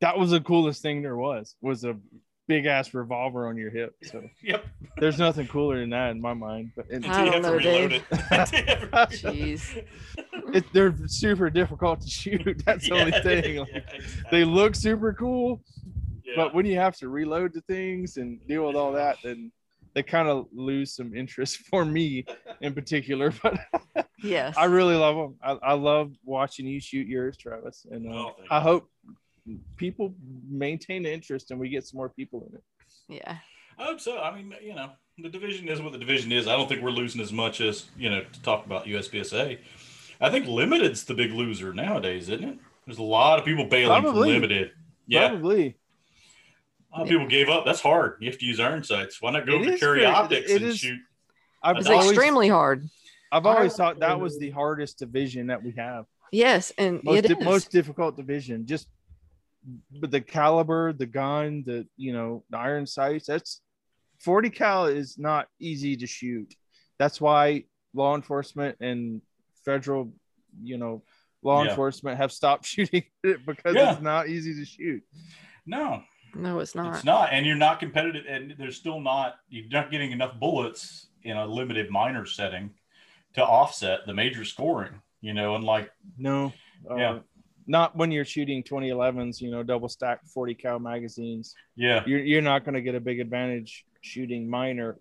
Speaker 4: that was the coolest thing there was was a big ass revolver on your hip so
Speaker 3: Yep.
Speaker 4: there's nothing cooler than that in my mind but and
Speaker 2: I don't know, Dave.
Speaker 3: it.
Speaker 2: Jeez.
Speaker 4: it, they're super difficult to shoot that's the only
Speaker 3: Yeah,
Speaker 4: thing
Speaker 3: yeah,
Speaker 4: like,
Speaker 3: exactly.
Speaker 4: they look super cool
Speaker 3: Yeah.
Speaker 4: but when you have to reload the things and deal with all that then they kind of lose some interest for me in particular but
Speaker 2: Yes.
Speaker 4: i really love them i, I love watching you shoot yours travis and uh,
Speaker 3: Oh, thank
Speaker 4: i
Speaker 3: you.
Speaker 4: hope people maintain the interest and we get some more people in it
Speaker 2: Yeah.
Speaker 3: I hope so. I mean, you know, the division is what the division is. I don't think we're losing as much as, you know, to talk about USPSA. I think limited's the big loser nowadays, isn't it? There's a lot of people bailing from
Speaker 4: Probably.
Speaker 3: limited. Yeah,
Speaker 4: Probably.
Speaker 3: a lot of people gave up. That's hard. You have to use iron sights. Why not go
Speaker 4: It
Speaker 3: over to
Speaker 4: is
Speaker 3: Carry
Speaker 4: very-
Speaker 3: Optics
Speaker 4: it
Speaker 3: and
Speaker 4: is-
Speaker 3: shoot?
Speaker 4: I've
Speaker 2: It's
Speaker 3: That's
Speaker 4: always,
Speaker 2: extremely hard.
Speaker 4: I've always thought that was the hardest division that we have.
Speaker 2: Yes, and
Speaker 4: Most
Speaker 2: it
Speaker 4: di-
Speaker 2: is.
Speaker 4: most difficult division. Just but the caliber, the gun, the you know, the iron sights. That's 40 cal is not easy to shoot. That's why law enforcement and federal, you know, law
Speaker 3: Yeah.
Speaker 4: enforcement have stopped shooting it because
Speaker 3: Yeah.
Speaker 4: it's not easy to shoot.
Speaker 3: No,
Speaker 2: no, it's not.
Speaker 3: it's not. And you're not competitive. And there's still not. You're not getting enough bullets in a limited minor setting to offset the major scoring. You know, and like
Speaker 4: No.
Speaker 3: Yeah.
Speaker 4: Uh, Not when you're shooting 2011s, you know, double stack 40 cal magazines.
Speaker 3: yeah,
Speaker 4: You're, you're not going to get a big advantage shooting minor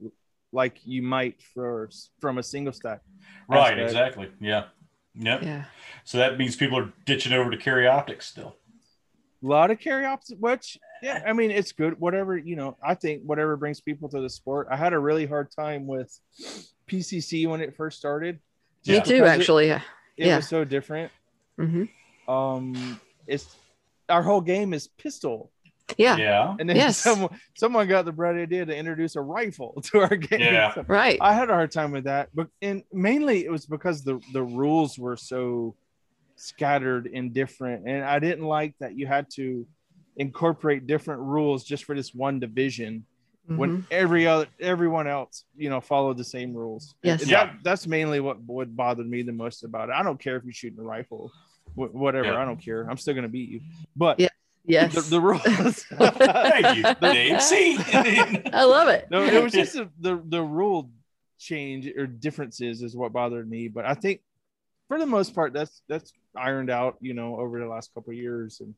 Speaker 4: like you might for from a single stack.
Speaker 3: right,
Speaker 4: Aspect.
Speaker 3: exactly. Yeah, yep.
Speaker 2: Yeah.
Speaker 3: So that means people are ditching over to Carry Optics still.
Speaker 4: A lot of carry ops, which, yeah, I mean, it's good. Whatever, you know, I think whatever brings people to the sport. I had a really hard time with PCC when it first started.
Speaker 3: Yeah.
Speaker 2: Me too,
Speaker 4: Because it-
Speaker 2: actually.
Speaker 4: It
Speaker 2: Yeah.
Speaker 4: was so different.
Speaker 2: hmm
Speaker 4: Um, it's our whole game is pistol.
Speaker 2: Yeah,
Speaker 3: yeah.
Speaker 4: And then
Speaker 2: Yes.
Speaker 4: someone someone got the bright idea to introduce a rifle to our game.
Speaker 3: Yeah.
Speaker 4: So
Speaker 2: Right.
Speaker 4: I had a hard time with that, but and mainly it was because the the rules were so scattered and different, and I didn't like that you had to incorporate different rules just for this one division
Speaker 2: Mhm.
Speaker 4: when every other everyone else you know followed the same rules.
Speaker 2: Yes.
Speaker 4: And
Speaker 3: Yeah.
Speaker 4: that- that's mainly what what bothered me the most about it. I don't care if you're shooting a rifle, wh- whatever.
Speaker 3: Yeah.
Speaker 4: I don't care. I'm still gonna beat you, but
Speaker 2: Yeah. yes.
Speaker 4: the, the rules.
Speaker 3: Thank you, Dave. See,
Speaker 2: I love it.
Speaker 4: No, it was just the, the the rule change or differences is what bothered me. But I think for the most part, that's that's ironed out. You know, over the last couple of years, and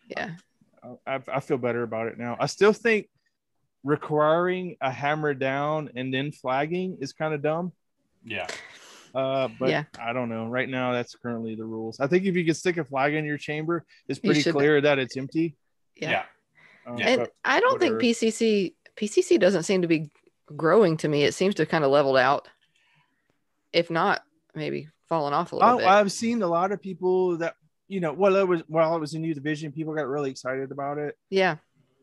Speaker 2: yeah.
Speaker 4: I, I, I feel better about it now. I still think requiring a hammer down and then flagging is kind of dumb.
Speaker 3: yeah,
Speaker 4: Uh, but
Speaker 2: Yeah.
Speaker 4: I don't know. Right now, that's currently the rules. I think if you can stick a flag in your chamber, it's
Speaker 2: You
Speaker 4: pretty
Speaker 2: should-
Speaker 4: clear that it's empty.
Speaker 2: Yeah.
Speaker 3: yeah,
Speaker 4: Um,
Speaker 3: Yeah.
Speaker 2: And
Speaker 4: but-
Speaker 2: I don't
Speaker 4: whatever.
Speaker 2: think PCC PCC doesn't seem to be growing to me. It seems to kind of leveled out. If not, maybe fallen off a little
Speaker 4: Oh, I,
Speaker 2: bit.
Speaker 4: I've seen a lot of people that you know while it was while it was a new division, people got really excited about it
Speaker 2: yeah.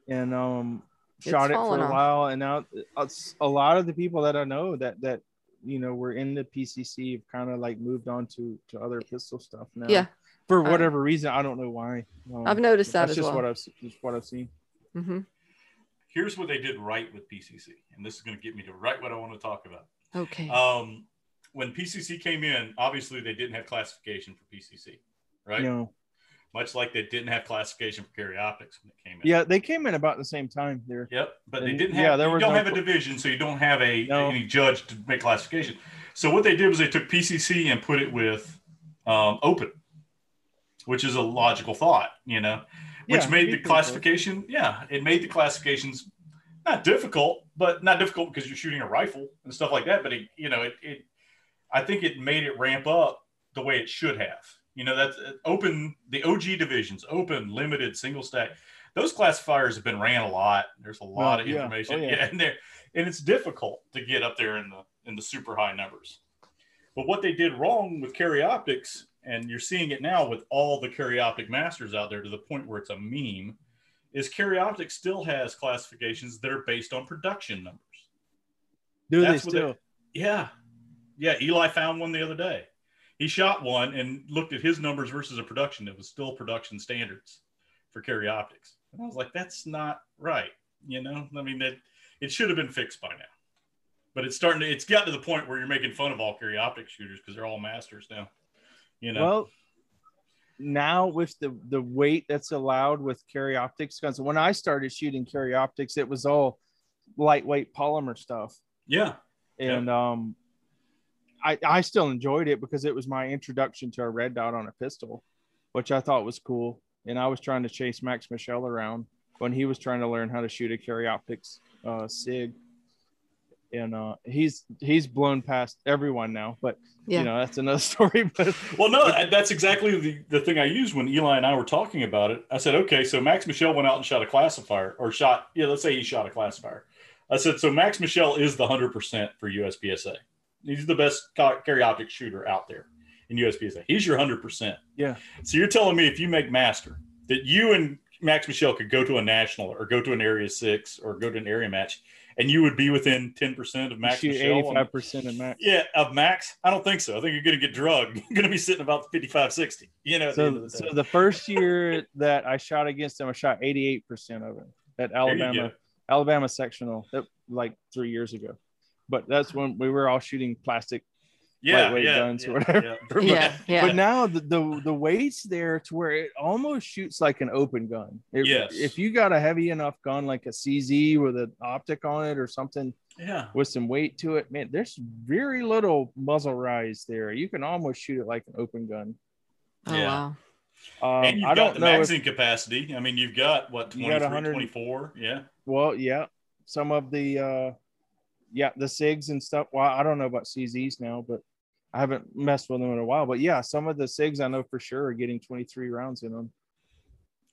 Speaker 4: and um
Speaker 2: It's
Speaker 4: shot it for
Speaker 2: fallen
Speaker 4: a
Speaker 2: off.
Speaker 4: while. And now it's- a lot of the people that I know that that you know were in the PCC have kind of like moved on to to other pistol stuff now.
Speaker 2: Yeah.
Speaker 4: for
Speaker 2: I-
Speaker 4: whatever reason, I don't know why. Um,
Speaker 2: I've noticed that
Speaker 4: that's
Speaker 2: as
Speaker 4: just
Speaker 2: well.
Speaker 4: what I've just what I've seen.
Speaker 2: hmm
Speaker 3: Here's what they did right with PCC, and this is going to get me to right what I want to talk about.
Speaker 2: Okay.
Speaker 3: Um, when PCC came in, obviously they didn't have classification for PCC, right?
Speaker 4: You know,
Speaker 3: Much like they didn't have classification for carry optics when it came in.
Speaker 4: yeah, they came in about the same time there.
Speaker 3: Yep. But they
Speaker 4: And,
Speaker 3: didn't have.
Speaker 4: yeah, there
Speaker 3: you
Speaker 4: was
Speaker 3: don't
Speaker 4: no-
Speaker 3: have a division, so you don't have a
Speaker 4: No.
Speaker 3: any judge to make classification. So what they did was they took PCC and put it with um, open, which is a logical thought, you know, which
Speaker 4: Yeah,
Speaker 3: made
Speaker 4: you
Speaker 3: the
Speaker 4: can go.
Speaker 3: classification. Yeah, it made the classifications not difficult, but not difficult because you're shooting a rifle and stuff like that. But it, you know, it, it I think it made it ramp up the way it should have. You know, that's uh, open the OG divisions, open, limited, single stack. Those classifiers have been ran a lot. There's a lot
Speaker 4: Oh,
Speaker 3: of
Speaker 4: yeah. Oh,
Speaker 3: information,
Speaker 4: yeah.
Speaker 3: yeah, and there, and it's difficult to get up there in the in the super high numbers. But what they did wrong with carry optics, and you're seeing it now with all the carry optic masters out there to the point where it's a meme, is carry optics still has classifications that are based on production numbers.
Speaker 4: Do they
Speaker 3: That's what they-
Speaker 4: still?
Speaker 3: Yeah. Yeah. Eli found one the other day. He shot one and looked at his numbers versus a production that was still production standards for carry optics. And I was like, that's not right. You know, I mean, that it should have been fixed by now. But it's starting to, it's gotten to the point where you're making fun of all carry optic shooters because they're all masters now. You know,
Speaker 4: Well, now with the the weight that's allowed with carry optics guns, when I started shooting carry optics, it was all lightweight polymer stuff,
Speaker 3: yeah.
Speaker 4: and um, I I still enjoyed it because it was my introduction to a red dot on a pistol, which I thought was cool, and I was trying to chase Max Michelle around when he was trying to learn how to shoot a carry optics uh, sig. And uh, he's he's blown past everyone now, but
Speaker 2: Yeah.
Speaker 4: you know that's another story. But
Speaker 3: Well, no, that- that's exactly the, the thing I used when Eli and I were talking about it. I said, okay, so Max Michelle went out and shot a classifier or shot, yeah, let's say he shot a classifier. I said, so Max Michelle is the 100% for USPSA. He's the best ca- carry optic shooter out there. in USPSA. He's your 100%.
Speaker 4: Yeah.
Speaker 3: So you're telling me if you make master, that you and Max Michelle could go to a national or go to an area six or go to an area match and you would be within 10% of Max
Speaker 4: Shoot
Speaker 3: Michelle? on-
Speaker 4: 85% of max.
Speaker 3: Yeah, of Max? I don't think so. I think you're going to get drugged. You're going to be sitting about 55, 60. You know, at the end
Speaker 4: So,
Speaker 3: of the
Speaker 4: so
Speaker 3: day.
Speaker 4: the first year that I shot against him, I shot 88% of it at
Speaker 3: There you
Speaker 4: Alabama,
Speaker 3: go.
Speaker 4: Alabama sectional that, like three years ago. But that's when we were all shooting plastic.
Speaker 3: Yeah,
Speaker 4: lightweight
Speaker 3: yeah,
Speaker 4: guns or
Speaker 3: yeah,
Speaker 4: whatever.
Speaker 3: yeah.
Speaker 2: yeah, yeah.
Speaker 4: But now the, the the weight's there to where it almost shoots like an open gun. If,
Speaker 3: Yes.
Speaker 4: if you got a heavy enough gun like a CZ with an optic on it or something
Speaker 3: Yeah.
Speaker 4: with some weight to it, man, there's very little muzzle rise there. You can almost shoot it like an open gun.
Speaker 2: Oh
Speaker 3: Yeah.
Speaker 2: wow.
Speaker 4: Um,
Speaker 3: and you've
Speaker 4: I
Speaker 3: got
Speaker 4: don't
Speaker 3: the
Speaker 4: know. If,
Speaker 3: magazine capacity. I mean, you've got what
Speaker 4: You got
Speaker 3: 23,
Speaker 4: 100
Speaker 3: 24. Yeah.
Speaker 4: well, yeah, some of the uh, yeah the sigs and stuff. Well, I don't know about CZs now, but I haven't messed with them in a while. But yeah, some of the sigs I know for sure are getting 23 rounds in them.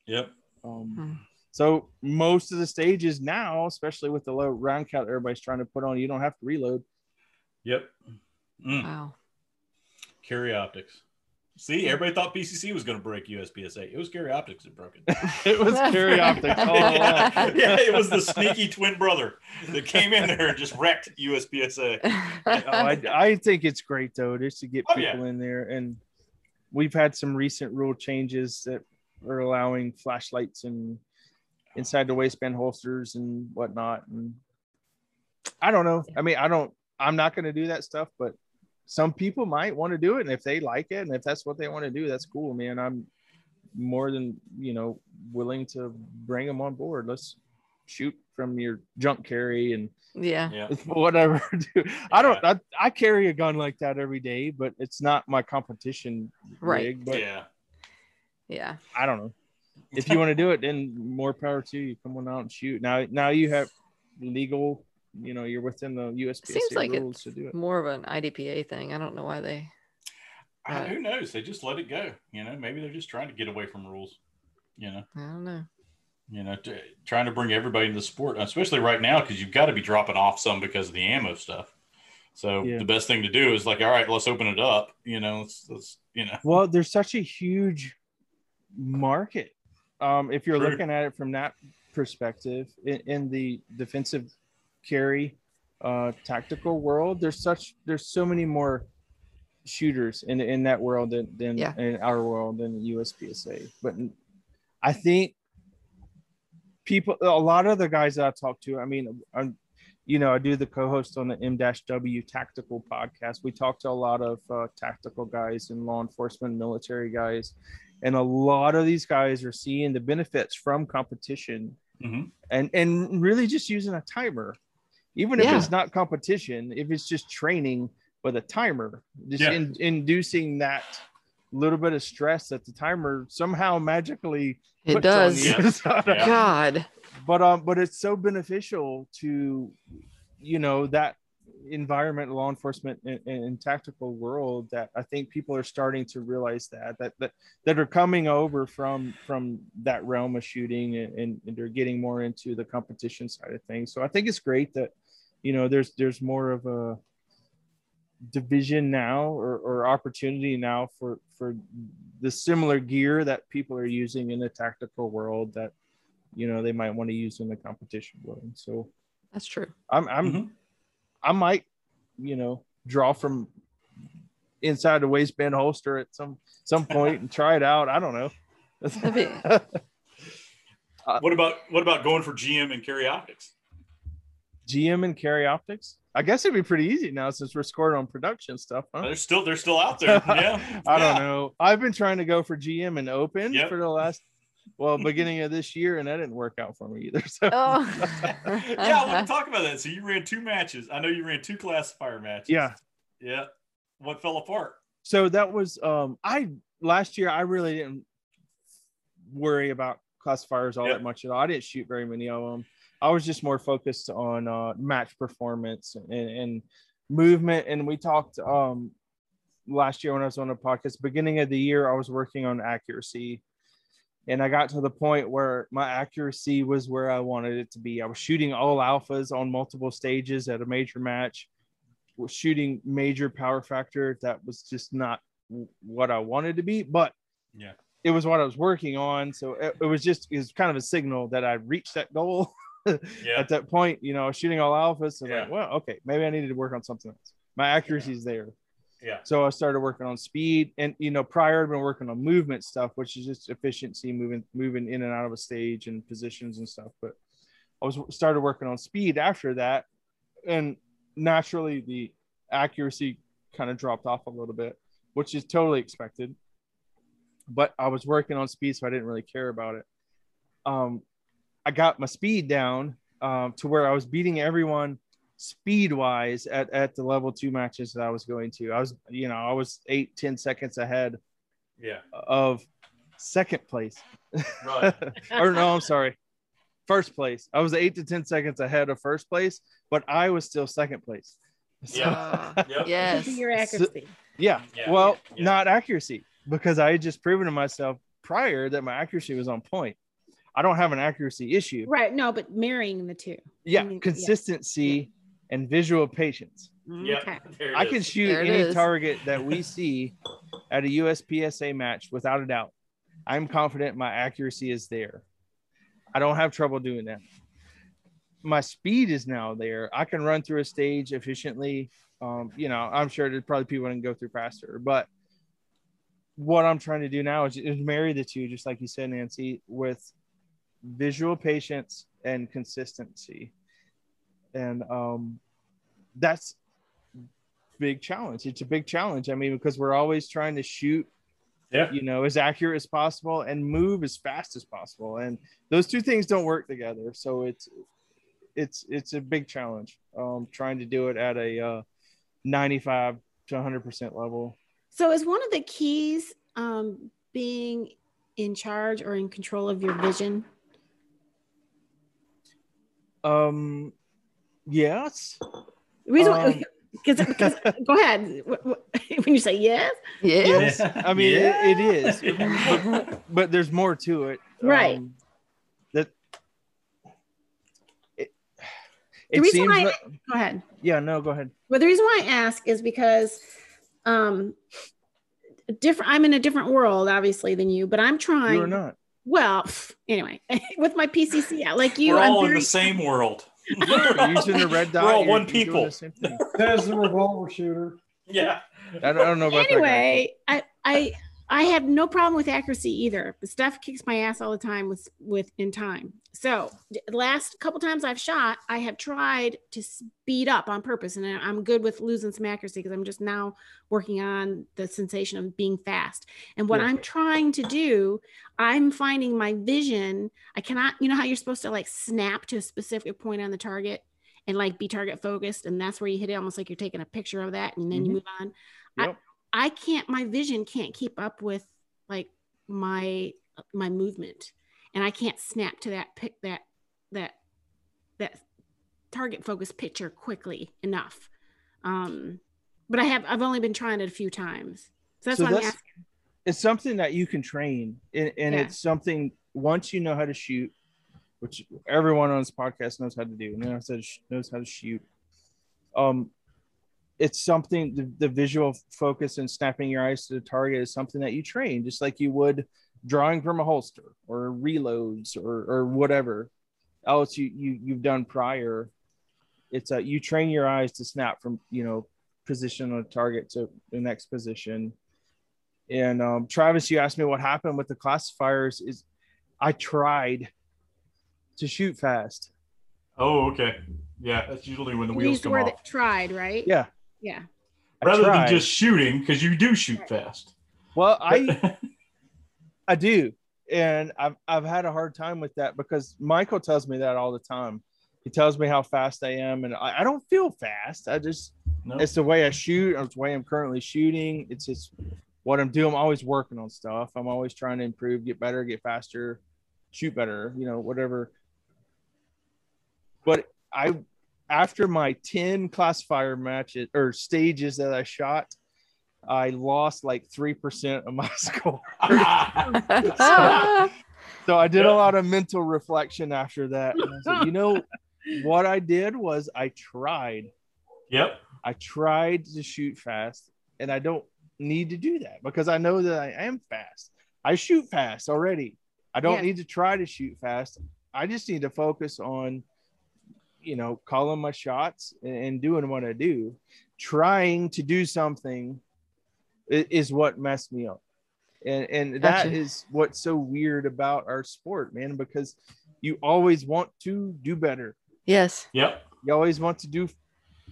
Speaker 3: Yep.
Speaker 4: Um,
Speaker 2: Hmm.
Speaker 4: So most of the stages now, especially with the low round count everybody's trying to put on, you don't have to reload.
Speaker 3: Yep. Mm.
Speaker 2: Wow.
Speaker 3: Carry optics. See, everybody thought PCC was going to break USPSA. It was Carry Optics that broke it.
Speaker 4: It was carry optics all along.
Speaker 3: yeah, it was the sneaky twin brother that came in there and just wrecked USPSA.
Speaker 4: Oh, I, I think it's great though, just to get
Speaker 3: Oh,
Speaker 4: people
Speaker 3: yeah.
Speaker 4: in there. And we've had some recent rule changes that are allowing flashlights and inside the waistband holsters and whatnot. And I don't know. I mean, I don't. I'm not going to do that stuff, but some people might want to do it, and if they like it, and if that's what they want to do, that's cool, man. I'm more than you know willing to bring them on board. Let's shoot from your junk carry and
Speaker 2: yeah.
Speaker 3: Yeah.
Speaker 4: whatever dude. i don't I, I carry a gun like that every day but it's not my competition
Speaker 2: Right.
Speaker 4: rig, but
Speaker 3: yeah.
Speaker 2: Yeah.
Speaker 4: i don't know if you want to do it then more power to you come on out and shoot now now you have legal you know you're within the uspsa
Speaker 2: Seems like
Speaker 4: rules
Speaker 2: it's
Speaker 4: to do it
Speaker 2: more of an IDPA thing. I don't know why they.
Speaker 3: I-
Speaker 2: Right.
Speaker 3: who knows? They just let it go. You know, maybe they're just trying to get away from rules. You know,
Speaker 2: I don't know.
Speaker 3: you know, t- trying to bring everybody into the sport, especially right now because you've got to be dropping off some because of the ammo stuff. So
Speaker 4: Yeah.
Speaker 3: the best thing to do is like, all right, let's open it up. You know, let's, let's you know,
Speaker 4: well there's such a huge market um, if you're
Speaker 3: True.
Speaker 4: looking at it from that perspective in, in the defensive carry uh, tactical world there's such there's so many more shooters in in that world than, than
Speaker 2: Yeah.
Speaker 4: in our world than uspsa but i think people a lot of the guys that i talk to i mean I'm, you know i do the co-host on the m-w tactical podcast we talk to a lot of uh, tactical guys and law enforcement military guys and a lot of these guys are seeing the benefits from competition
Speaker 3: Mhm.
Speaker 4: and and really just using a timer even if
Speaker 2: Yeah.
Speaker 4: it's not competition if it's just training with a timer just
Speaker 3: Yeah.
Speaker 4: in, inducing that little bit of stress that the timer somehow magically
Speaker 2: It
Speaker 4: puts on
Speaker 2: does.
Speaker 4: you.
Speaker 3: Yeah.
Speaker 4: So,
Speaker 3: Yeah.
Speaker 2: God.
Speaker 4: but um but it's so beneficial to you know that environment law enforcement and, and, and tactical world that i think people are starting to realize that that that, that are coming over from from that realm of shooting and, and they're getting more into the competition side of things so i think it's great that you know there's there's more of a division now or, or opportunity now for for the similar gear that people are using in the tactical world that you know they might want to use in the competition world so
Speaker 2: That's true.
Speaker 4: i'm i'm
Speaker 3: Mhm.
Speaker 4: i might you know draw from inside the waistband holster at some some point and try it out i don't know
Speaker 2: That'd be-
Speaker 3: Uh, what about what about going for GM and carry optics?
Speaker 4: gm and carry optics i guess it'd be pretty easy now since we're scored on production stuff huh?
Speaker 3: They're still they're still out there. Yeah,
Speaker 4: I
Speaker 3: Yeah.
Speaker 4: don't know. I've been trying to go for GM and open
Speaker 3: Yep.
Speaker 4: for the last, well, beginning of this year, and that didn't work out for me either. So,
Speaker 2: oh.
Speaker 3: yeah, I want to talk about that. So you ran two matches. I know you ran two classifier matches.
Speaker 4: Yeah.
Speaker 3: Yeah. What fell apart?
Speaker 4: so that was um I last year I really didn't worry about classifiers all
Speaker 3: Yep.
Speaker 4: that much at all. I didn't shoot very many of them. I was just more focused on uh, match performance and, and movement. And we talked um last year when I was on a podcast. Beginning of the year, I was working on accuracy. And I got to the point where my accuracy was where I wanted it to be. I was shooting all alphas on multiple stages at a major match was shooting major power factor that was just not w- what I wanted to be, but
Speaker 3: Yeah.
Speaker 4: it was what I was working on. So it, it was just it was kind of a signal that I reached that goal
Speaker 3: Yeah.
Speaker 4: at that point. You know, shooting all alphas. So
Speaker 3: Yeah.
Speaker 4: like, well, okay, maybe I needed to work on something else. My accuracy is there.
Speaker 3: Yeah.
Speaker 4: So I started working on speed, and you know, prior I'd been working on movement stuff, which is just efficiency, moving moving in and out of a stage and positions and stuff. But I was started working on speed after that, and naturally the accuracy kind of dropped off a little bit, which is totally expected. But I was working on speed, so I didn't really care about it. Um, I got my speed down um, to where I was beating everyone speed wise at, at the level two matches that I was going to. I was, you know, I was eight, 10 seconds ahead
Speaker 3: Yeah.
Speaker 4: of second place.
Speaker 3: Right.
Speaker 4: or no, I'm sorry. First place. I was eight to 10 seconds ahead of first place, but I was still second place. So-
Speaker 3: Yeah.
Speaker 2: Uh,
Speaker 3: Yep.
Speaker 2: yes.
Speaker 1: Your accuracy.
Speaker 4: Yeah.
Speaker 3: Yeah,
Speaker 4: Well,
Speaker 3: yeah, yeah.
Speaker 4: not accuracy because I had just proven to myself prior that my accuracy was on point. I don't have an accuracy issue.
Speaker 1: Right. No, but marrying the two.
Speaker 4: Yeah.
Speaker 1: Mm, yeah.
Speaker 4: Consistency and visual patience.
Speaker 3: Yeah.
Speaker 1: Okay.
Speaker 3: There it
Speaker 4: I can
Speaker 3: is.
Speaker 4: shoot
Speaker 2: There it
Speaker 4: any
Speaker 2: is.
Speaker 4: target that we see at a USPSA match without a doubt. I'm confident my accuracy is there. I don't have trouble doing that. My speed is now there. I can run through a stage efficiently. Um, you know, I'm sure there's probably people that can go through faster, but what I'm trying to do now is, is marry the two, just like you said, Nancy, with visual patience and consistency. And um, that's big challenge. It's a big challenge. I mean, because we're always trying to shoot,
Speaker 3: Yeah.
Speaker 4: you know, as accurate as possible and move as fast as possible. And those two things don't work together. So it's it's it's a big challenge. Um trying to do it at a uh 95 to 100% level.
Speaker 1: So is one of the keys um, being in charge or in control of your vision?
Speaker 4: Um yes.
Speaker 1: The reason why-
Speaker 4: Um,
Speaker 1: because because go ahead Wh- wh- when you say yes,
Speaker 2: Yes.
Speaker 4: I mean,
Speaker 3: Yeah.
Speaker 4: it- it is.
Speaker 3: Yeah.
Speaker 4: but there's more to it.
Speaker 1: Right.
Speaker 4: Um, that it,
Speaker 1: The
Speaker 4: it
Speaker 1: reason
Speaker 4: seems
Speaker 1: why-
Speaker 4: like,
Speaker 1: go ahead.
Speaker 4: yeah, no, go ahead.
Speaker 1: Well, the reason why I ask is because um different I'm in a different world obviously than you, but I'm trying
Speaker 4: You are not.
Speaker 1: well anyway with my PCC like you
Speaker 3: We're
Speaker 1: I'm
Speaker 3: all in
Speaker 1: very-
Speaker 3: the same world.
Speaker 4: using the red dot.
Speaker 3: We're all
Speaker 4: you're-
Speaker 3: one
Speaker 4: you're doing
Speaker 3: people.
Speaker 4: the same thing.
Speaker 5: Says the revolver shooter.
Speaker 3: Yeah.
Speaker 4: I don't, I don't know about
Speaker 1: anyway, I I I have no problem with accuracy either. But Steph kicks my ass all the time with with in time. So d- last couple times I've shot, I have tried to speed up on purpose, and I- I'm good with losing some accuracy because I'm just now working on the sensation of being fast. And what
Speaker 4: Yeah.
Speaker 1: I'm trying to do, I'm finding my vision. I cannot, you know, how you're supposed to like snap to a specific point on the target. And like be target focused, and that's where you hit it, almost like you're taking a picture of that, and then you
Speaker 4: Mhm.
Speaker 1: move on.
Speaker 4: that guy. Yep.
Speaker 1: I can't my vision can't keep up with like my my movement and I can't snap to that pick that that that target focus picture quickly enough. Um but I have I've only been trying it a few times. So that's
Speaker 4: So
Speaker 1: why I'm
Speaker 4: that's-
Speaker 1: asking.
Speaker 4: it's something that you can train, and, and
Speaker 1: Yeah.
Speaker 4: it's something once you know how to shoot, which everyone on this podcast knows how to do, and knows how to, sh- knows how to shoot. Um, it's something the, the visual focus and snapping your eyes to the target is something that you train, just like you would drawing from a holster or reloads or or whatever else you you you've done prior. It's uh you train your eyes to snap from you know position on a target to the next position. And um, Travis, you asked me what happened with the classifiers. Is I tried to shoot fast.
Speaker 3: Oh, okay. Yeah, that's usually when the
Speaker 1: You
Speaker 3: wheels
Speaker 1: used the
Speaker 3: come
Speaker 1: word
Speaker 3: off.
Speaker 1: that tried, right?
Speaker 4: Yeah.
Speaker 1: Yeah.
Speaker 4: I
Speaker 3: Rather
Speaker 4: tried.
Speaker 3: than just shooting, because you do shoot fast.
Speaker 4: well, I I do, and I've I've had a hard time with that because Michael tells me that all the time. He tells me how fast I am, and I, I don't feel fast. I just
Speaker 3: no.
Speaker 4: it's the way I shoot. It's the way I'm currently shooting. It's just what I'm doing. I'm always working on stuff. I'm always trying to improve, get better, get faster, shoot better, you know, whatever. But I, after my 10 classifier matches or stages that I shot, I lost like 3% of my score. So I did a lot of mental reflection after that. And I was like, you know, what I did was I tried.
Speaker 3: yep.
Speaker 4: I tried to shoot fast and I don't need to do that because I know that I am fast. I shoot fast already. I don't
Speaker 1: Yeah.
Speaker 4: need to try to shoot fast. I just need to focus on, you know, calling my shots and, and doing what I do. Trying to do something i- is what messed me up. And, and that
Speaker 2: Gotcha.
Speaker 4: is what's so weird about our sport, man, because you always want to do better
Speaker 2: Yes.
Speaker 3: Yep.
Speaker 4: you always want to do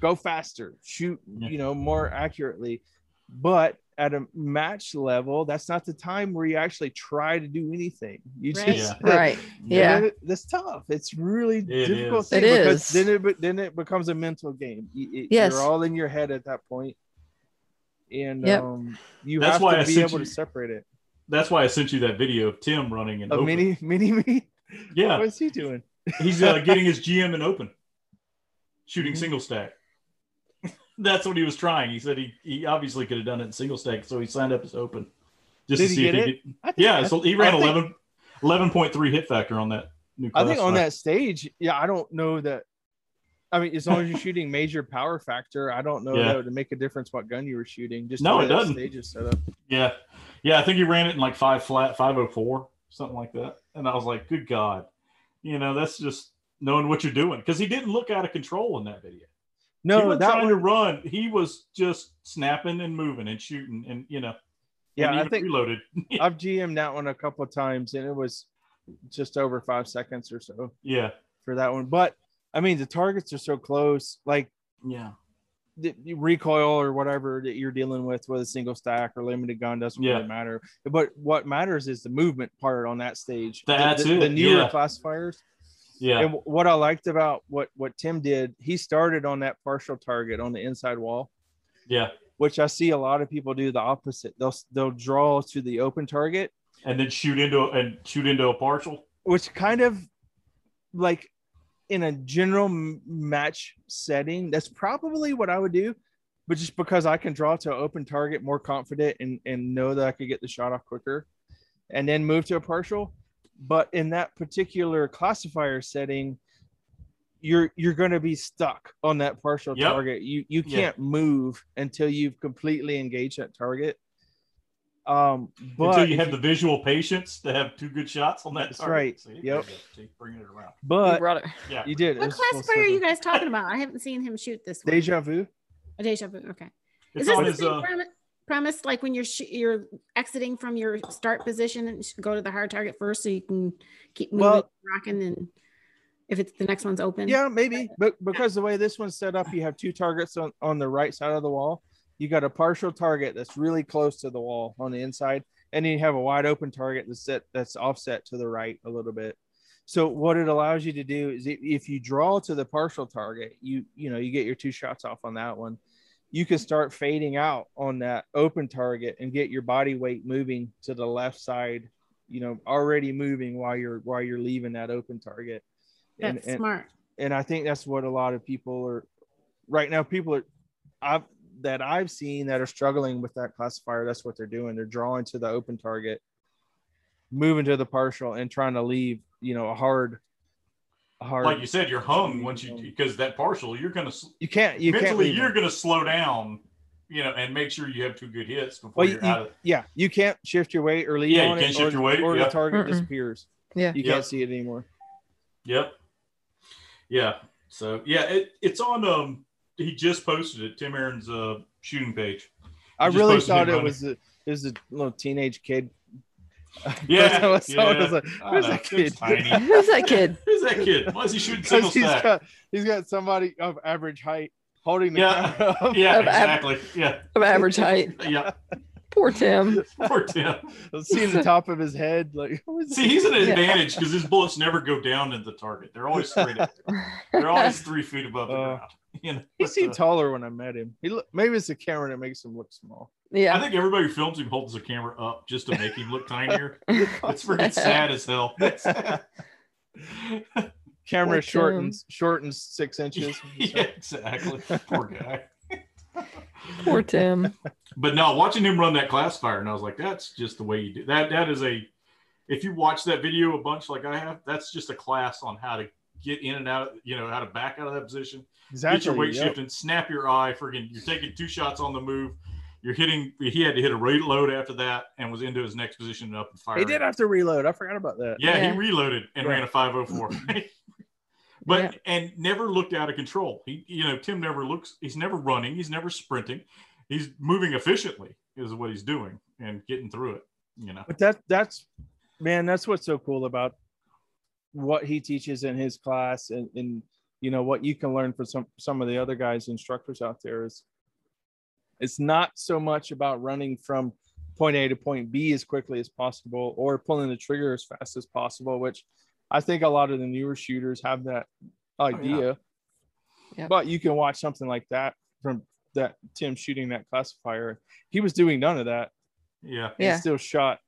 Speaker 4: go faster shoot
Speaker 3: Yeah.
Speaker 4: you know more accurately but at a match level that's not the time where you actually try to do anything you
Speaker 1: Right.
Speaker 4: just
Speaker 2: Right. Yeah.
Speaker 4: And it- that's tough it's really
Speaker 3: It
Speaker 4: difficult
Speaker 3: is.
Speaker 4: thing
Speaker 2: It
Speaker 4: because
Speaker 2: is.
Speaker 4: then it be- then it becomes a mental game You- you-
Speaker 2: Yes.
Speaker 4: you're all in your head at that point and
Speaker 2: Yep.
Speaker 4: um you
Speaker 3: That's
Speaker 4: have
Speaker 3: why I
Speaker 4: to be
Speaker 3: sent
Speaker 4: able
Speaker 3: you-
Speaker 4: to separate it Oh,
Speaker 3: That's why I sent you that video of Tim running an
Speaker 4: a
Speaker 3: open.
Speaker 4: mini mini me
Speaker 3: Yeah,
Speaker 4: what's he doing
Speaker 3: he's uh, getting his GM in open, shooting
Speaker 4: Mhm.
Speaker 3: single stack. That's what he was trying. He said he, he obviously could have done it in single stack, so he signed up as open just
Speaker 4: Did
Speaker 3: to
Speaker 4: he
Speaker 3: see if
Speaker 4: get
Speaker 3: he
Speaker 4: it?
Speaker 3: could.
Speaker 4: I think-
Speaker 3: Yeah,
Speaker 4: I
Speaker 3: so he ran
Speaker 4: I think-
Speaker 3: 11, 11.3 hit factor on that new
Speaker 4: I
Speaker 3: class.
Speaker 4: think on
Speaker 3: last-
Speaker 4: that stage, yeah, I don't know that. I mean, as long as you're shooting major power factor, I don't know
Speaker 3: Yeah.
Speaker 4: that would make a difference what gun you were shooting. Just
Speaker 3: No,
Speaker 4: the way
Speaker 3: it
Speaker 4: that
Speaker 3: doesn't.
Speaker 4: Stage is set up.
Speaker 3: Yeah. Yeah, I think he ran it in like five flat, 504, something like that. And I was like, good God. You know, that's just knowing what you're doing. Because he didn't look out of control in that video. he
Speaker 4: No,
Speaker 3: was
Speaker 4: that
Speaker 3: trying
Speaker 4: one.
Speaker 3: to run. He was just snapping and moving and shooting and, you know, and
Speaker 4: Yeah, I
Speaker 3: even
Speaker 4: think
Speaker 3: reloaded.
Speaker 4: I've GM'd that one a couple of times, and it was just over five seconds or so
Speaker 3: Yeah.
Speaker 4: for that one. But I mean, the targets are so close, like
Speaker 3: Yeah.
Speaker 4: the the recoil or whatever that you're dealing with, whether single stack or limited gun, doesn't
Speaker 3: Yeah.
Speaker 4: really matter. But what matters is the movement part on that stage.
Speaker 3: That's
Speaker 4: the, the,
Speaker 3: it,
Speaker 4: The newer
Speaker 3: yeah.
Speaker 4: classifiers.
Speaker 3: Yeah.
Speaker 4: And what I liked about what what Tim did, he started on that partial target on the inside wall,
Speaker 3: Yeah.
Speaker 4: which I see a lot of people do the opposite. They'll they'll draw to the open target,
Speaker 3: And then shoot into a, and shoot into a partial.
Speaker 4: which kind of like in a general m- match setting, that's probably what I would do. But just because I can draw to an open target more confident and, and know that I could get the shot off quicker and then move to a partial. But in that particular classifier setting, you're you're going to be stuck on that partial
Speaker 3: Yep.
Speaker 4: target. You you
Speaker 3: Yeah.
Speaker 4: can't move until you've completely engaged that target. Um, but
Speaker 3: until you
Speaker 4: if
Speaker 3: have the visual patience to have two good shots on that
Speaker 4: That's
Speaker 3: target.
Speaker 4: right.
Speaker 3: See,
Speaker 4: Yep.
Speaker 3: See, bringing it around.
Speaker 2: You
Speaker 4: but
Speaker 2: brought it.
Speaker 3: Yeah.
Speaker 4: you did. It
Speaker 1: What
Speaker 4: was well
Speaker 1: classifier are
Speaker 4: said.
Speaker 1: you guys talking about? I haven't seen him shoot this one.
Speaker 4: Deja vu.
Speaker 1: A deja vu. Okay.
Speaker 3: It's
Speaker 1: Is this
Speaker 3: on
Speaker 1: the
Speaker 3: his,
Speaker 1: same
Speaker 3: uh,
Speaker 1: premise, premise like when you're sh- you're exiting from your start position and sh- go to the hard target first so you can keep moving,
Speaker 4: Well-
Speaker 1: rocking, and if it's the next one's open?
Speaker 4: Yeah, maybe. But because the way this one's set up, you have two targets on, on the right side of the wall. You got a partial target that's really close to the wall on the inside, and then you have a wide open target that's set, that's offset to the right a little bit. So what it allows you to do is if, if you draw to the partial target, you you know you get your two shots off on that one. You can start fading out on that open target and get your body weight moving to the left side, you know, already moving while you're while you're leaving that open target. And-
Speaker 1: That's
Speaker 4: and,
Speaker 1: smart.
Speaker 4: and I think that's what a lot of people are right now. People are, I've that I've seen that are struggling with that classifier. That's what they're doing. They're drawing to the open target, moving to the partial, and trying to leave. You know, a hard, a hard.
Speaker 3: like you said, you're hung once you because that partial, you're gonna s-
Speaker 4: you can't. You can't.
Speaker 3: mentally
Speaker 4: Leave
Speaker 3: you're
Speaker 4: them.
Speaker 3: gonna slow down, you know, and make sure you have two good hits before
Speaker 4: Well, you,
Speaker 3: you're out of.
Speaker 4: yeah, you can't shift your weight or leave.
Speaker 3: Yeah, you
Speaker 4: on
Speaker 3: can't
Speaker 4: it,
Speaker 3: shift
Speaker 4: or,
Speaker 3: your weight,
Speaker 4: or
Speaker 3: yeah.
Speaker 4: the target
Speaker 2: Mm-mm.
Speaker 4: disappears.
Speaker 2: Yeah.
Speaker 4: you
Speaker 3: Yeah.
Speaker 4: can't see it anymore.
Speaker 3: Yep. Yeah. So yeah, it, it's on. Um, he just posted it. Tim Aaron's uh shooting page.
Speaker 4: I
Speaker 3: just
Speaker 4: really
Speaker 3: posted
Speaker 4: thought
Speaker 3: him
Speaker 4: it
Speaker 3: running.
Speaker 4: was a, it was a little teenage kid.
Speaker 3: Yeah,
Speaker 4: I was- I
Speaker 3: yeah.
Speaker 4: was like,
Speaker 3: I
Speaker 4: who's
Speaker 3: know,
Speaker 4: that
Speaker 3: Tim's
Speaker 4: kid?
Speaker 3: tiny.
Speaker 2: Who's that kid?
Speaker 3: Who's that kid? Why is he shooting single
Speaker 4: because he's
Speaker 3: stack?
Speaker 4: got he's got somebody of average height holding the
Speaker 3: Yeah.
Speaker 4: camera up.
Speaker 3: Yeah,
Speaker 2: Of ab-
Speaker 3: exactly. Yeah,
Speaker 2: Of average height.
Speaker 3: yeah.
Speaker 2: Poor Tim.
Speaker 3: Poor Tim.
Speaker 4: I've seen the top of his head. Like, who is
Speaker 3: See, he's at an advantage because his bullets never go down at the target. They're always straight. up. They're always three feet above the
Speaker 4: Uh,
Speaker 3: ground. You know,
Speaker 4: he
Speaker 3: but,
Speaker 4: seemed
Speaker 3: uh,
Speaker 4: taller when I met him. He look, maybe it's the camera that makes him look small.
Speaker 2: yeah.
Speaker 3: I think everybody who films him holds the camera up just to make him look tinier. It's freaking sad as hell.
Speaker 4: Camera
Speaker 2: Like,
Speaker 4: shortens shortens six inches.
Speaker 3: yeah, exactly. Poor guy.
Speaker 2: Poor Tim.
Speaker 3: But no, watching him run that classifier, and I was like, that's just the way you do that. That is a, if you watch that video a bunch like I have, that's just a class on how to get in and out, you know, how to back out of that position,
Speaker 4: Exactly.
Speaker 3: get your weight
Speaker 4: yep.
Speaker 3: shift and snap your eye. Friggin', you're taking two shots on the move. You're hitting. He had to hit a reload after that, and was into his next position and up and firing.
Speaker 4: He did have to reload. I forgot about that.
Speaker 3: Yeah,
Speaker 2: Yeah.
Speaker 3: he reloaded and
Speaker 4: Yeah.
Speaker 3: ran a 504. but and never looked out of control. He, you know, Tim never looks. He's never running. He's never sprinting. He's moving efficiently, is what he's doing, and getting through it. You know,
Speaker 4: But that that's man, that's what's so cool about what he teaches in his class and, and you know what you can learn from some some of the other guys instructors out there is it's not so much about running from point A to point B as quickly as possible or pulling the trigger as fast as possible, which I think a lot of the newer shooters have that idea.
Speaker 2: Oh, Yep.
Speaker 4: But you can watch something like that from that Tim shooting that classifier. He was doing none of that
Speaker 3: yeah,
Speaker 4: and
Speaker 2: Yeah.
Speaker 4: still shot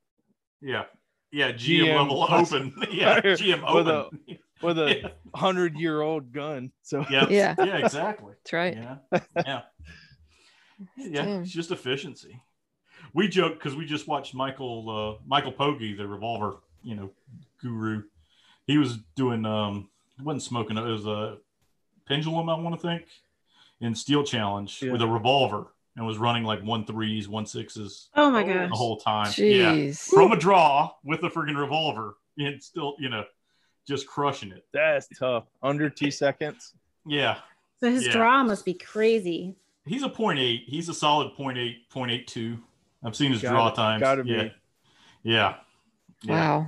Speaker 3: yeah, yeah. GM,
Speaker 4: GM
Speaker 3: level open. yeah, GM
Speaker 4: With a-
Speaker 3: open.
Speaker 4: with a
Speaker 3: yeah.
Speaker 4: hundred year old gun. So
Speaker 3: yeah,
Speaker 2: Yeah.
Speaker 3: yeah, exactly.
Speaker 2: That's right.
Speaker 3: Yeah, yeah. yeah,
Speaker 2: Tim.
Speaker 3: it's just efficiency. We joke because we just watched Michael uh, Michael Pogge, the revolver, you know, guru. He was doing um, he wasn't smoking. It was a pendulum, I want to think, in Steel Challenge
Speaker 4: Yeah.
Speaker 3: with a revolver and was running like one threes, one sixes
Speaker 1: Oh my
Speaker 4: Oh,
Speaker 1: gosh.
Speaker 3: the whole time. Yeah,
Speaker 2: Jeez.
Speaker 3: from a draw with a friggin' revolver and still, you know, just crushing it.
Speaker 4: that's tough. Under two seconds.
Speaker 3: Yeah,
Speaker 1: So his
Speaker 3: Yeah.
Speaker 1: draw must be crazy.
Speaker 3: he's a point eight. He's a solid point eight, point eight two. I've seen his
Speaker 4: Gotta-
Speaker 3: draw times.
Speaker 4: gotta be.
Speaker 3: yeah. yeah. Yeah.
Speaker 2: Wow.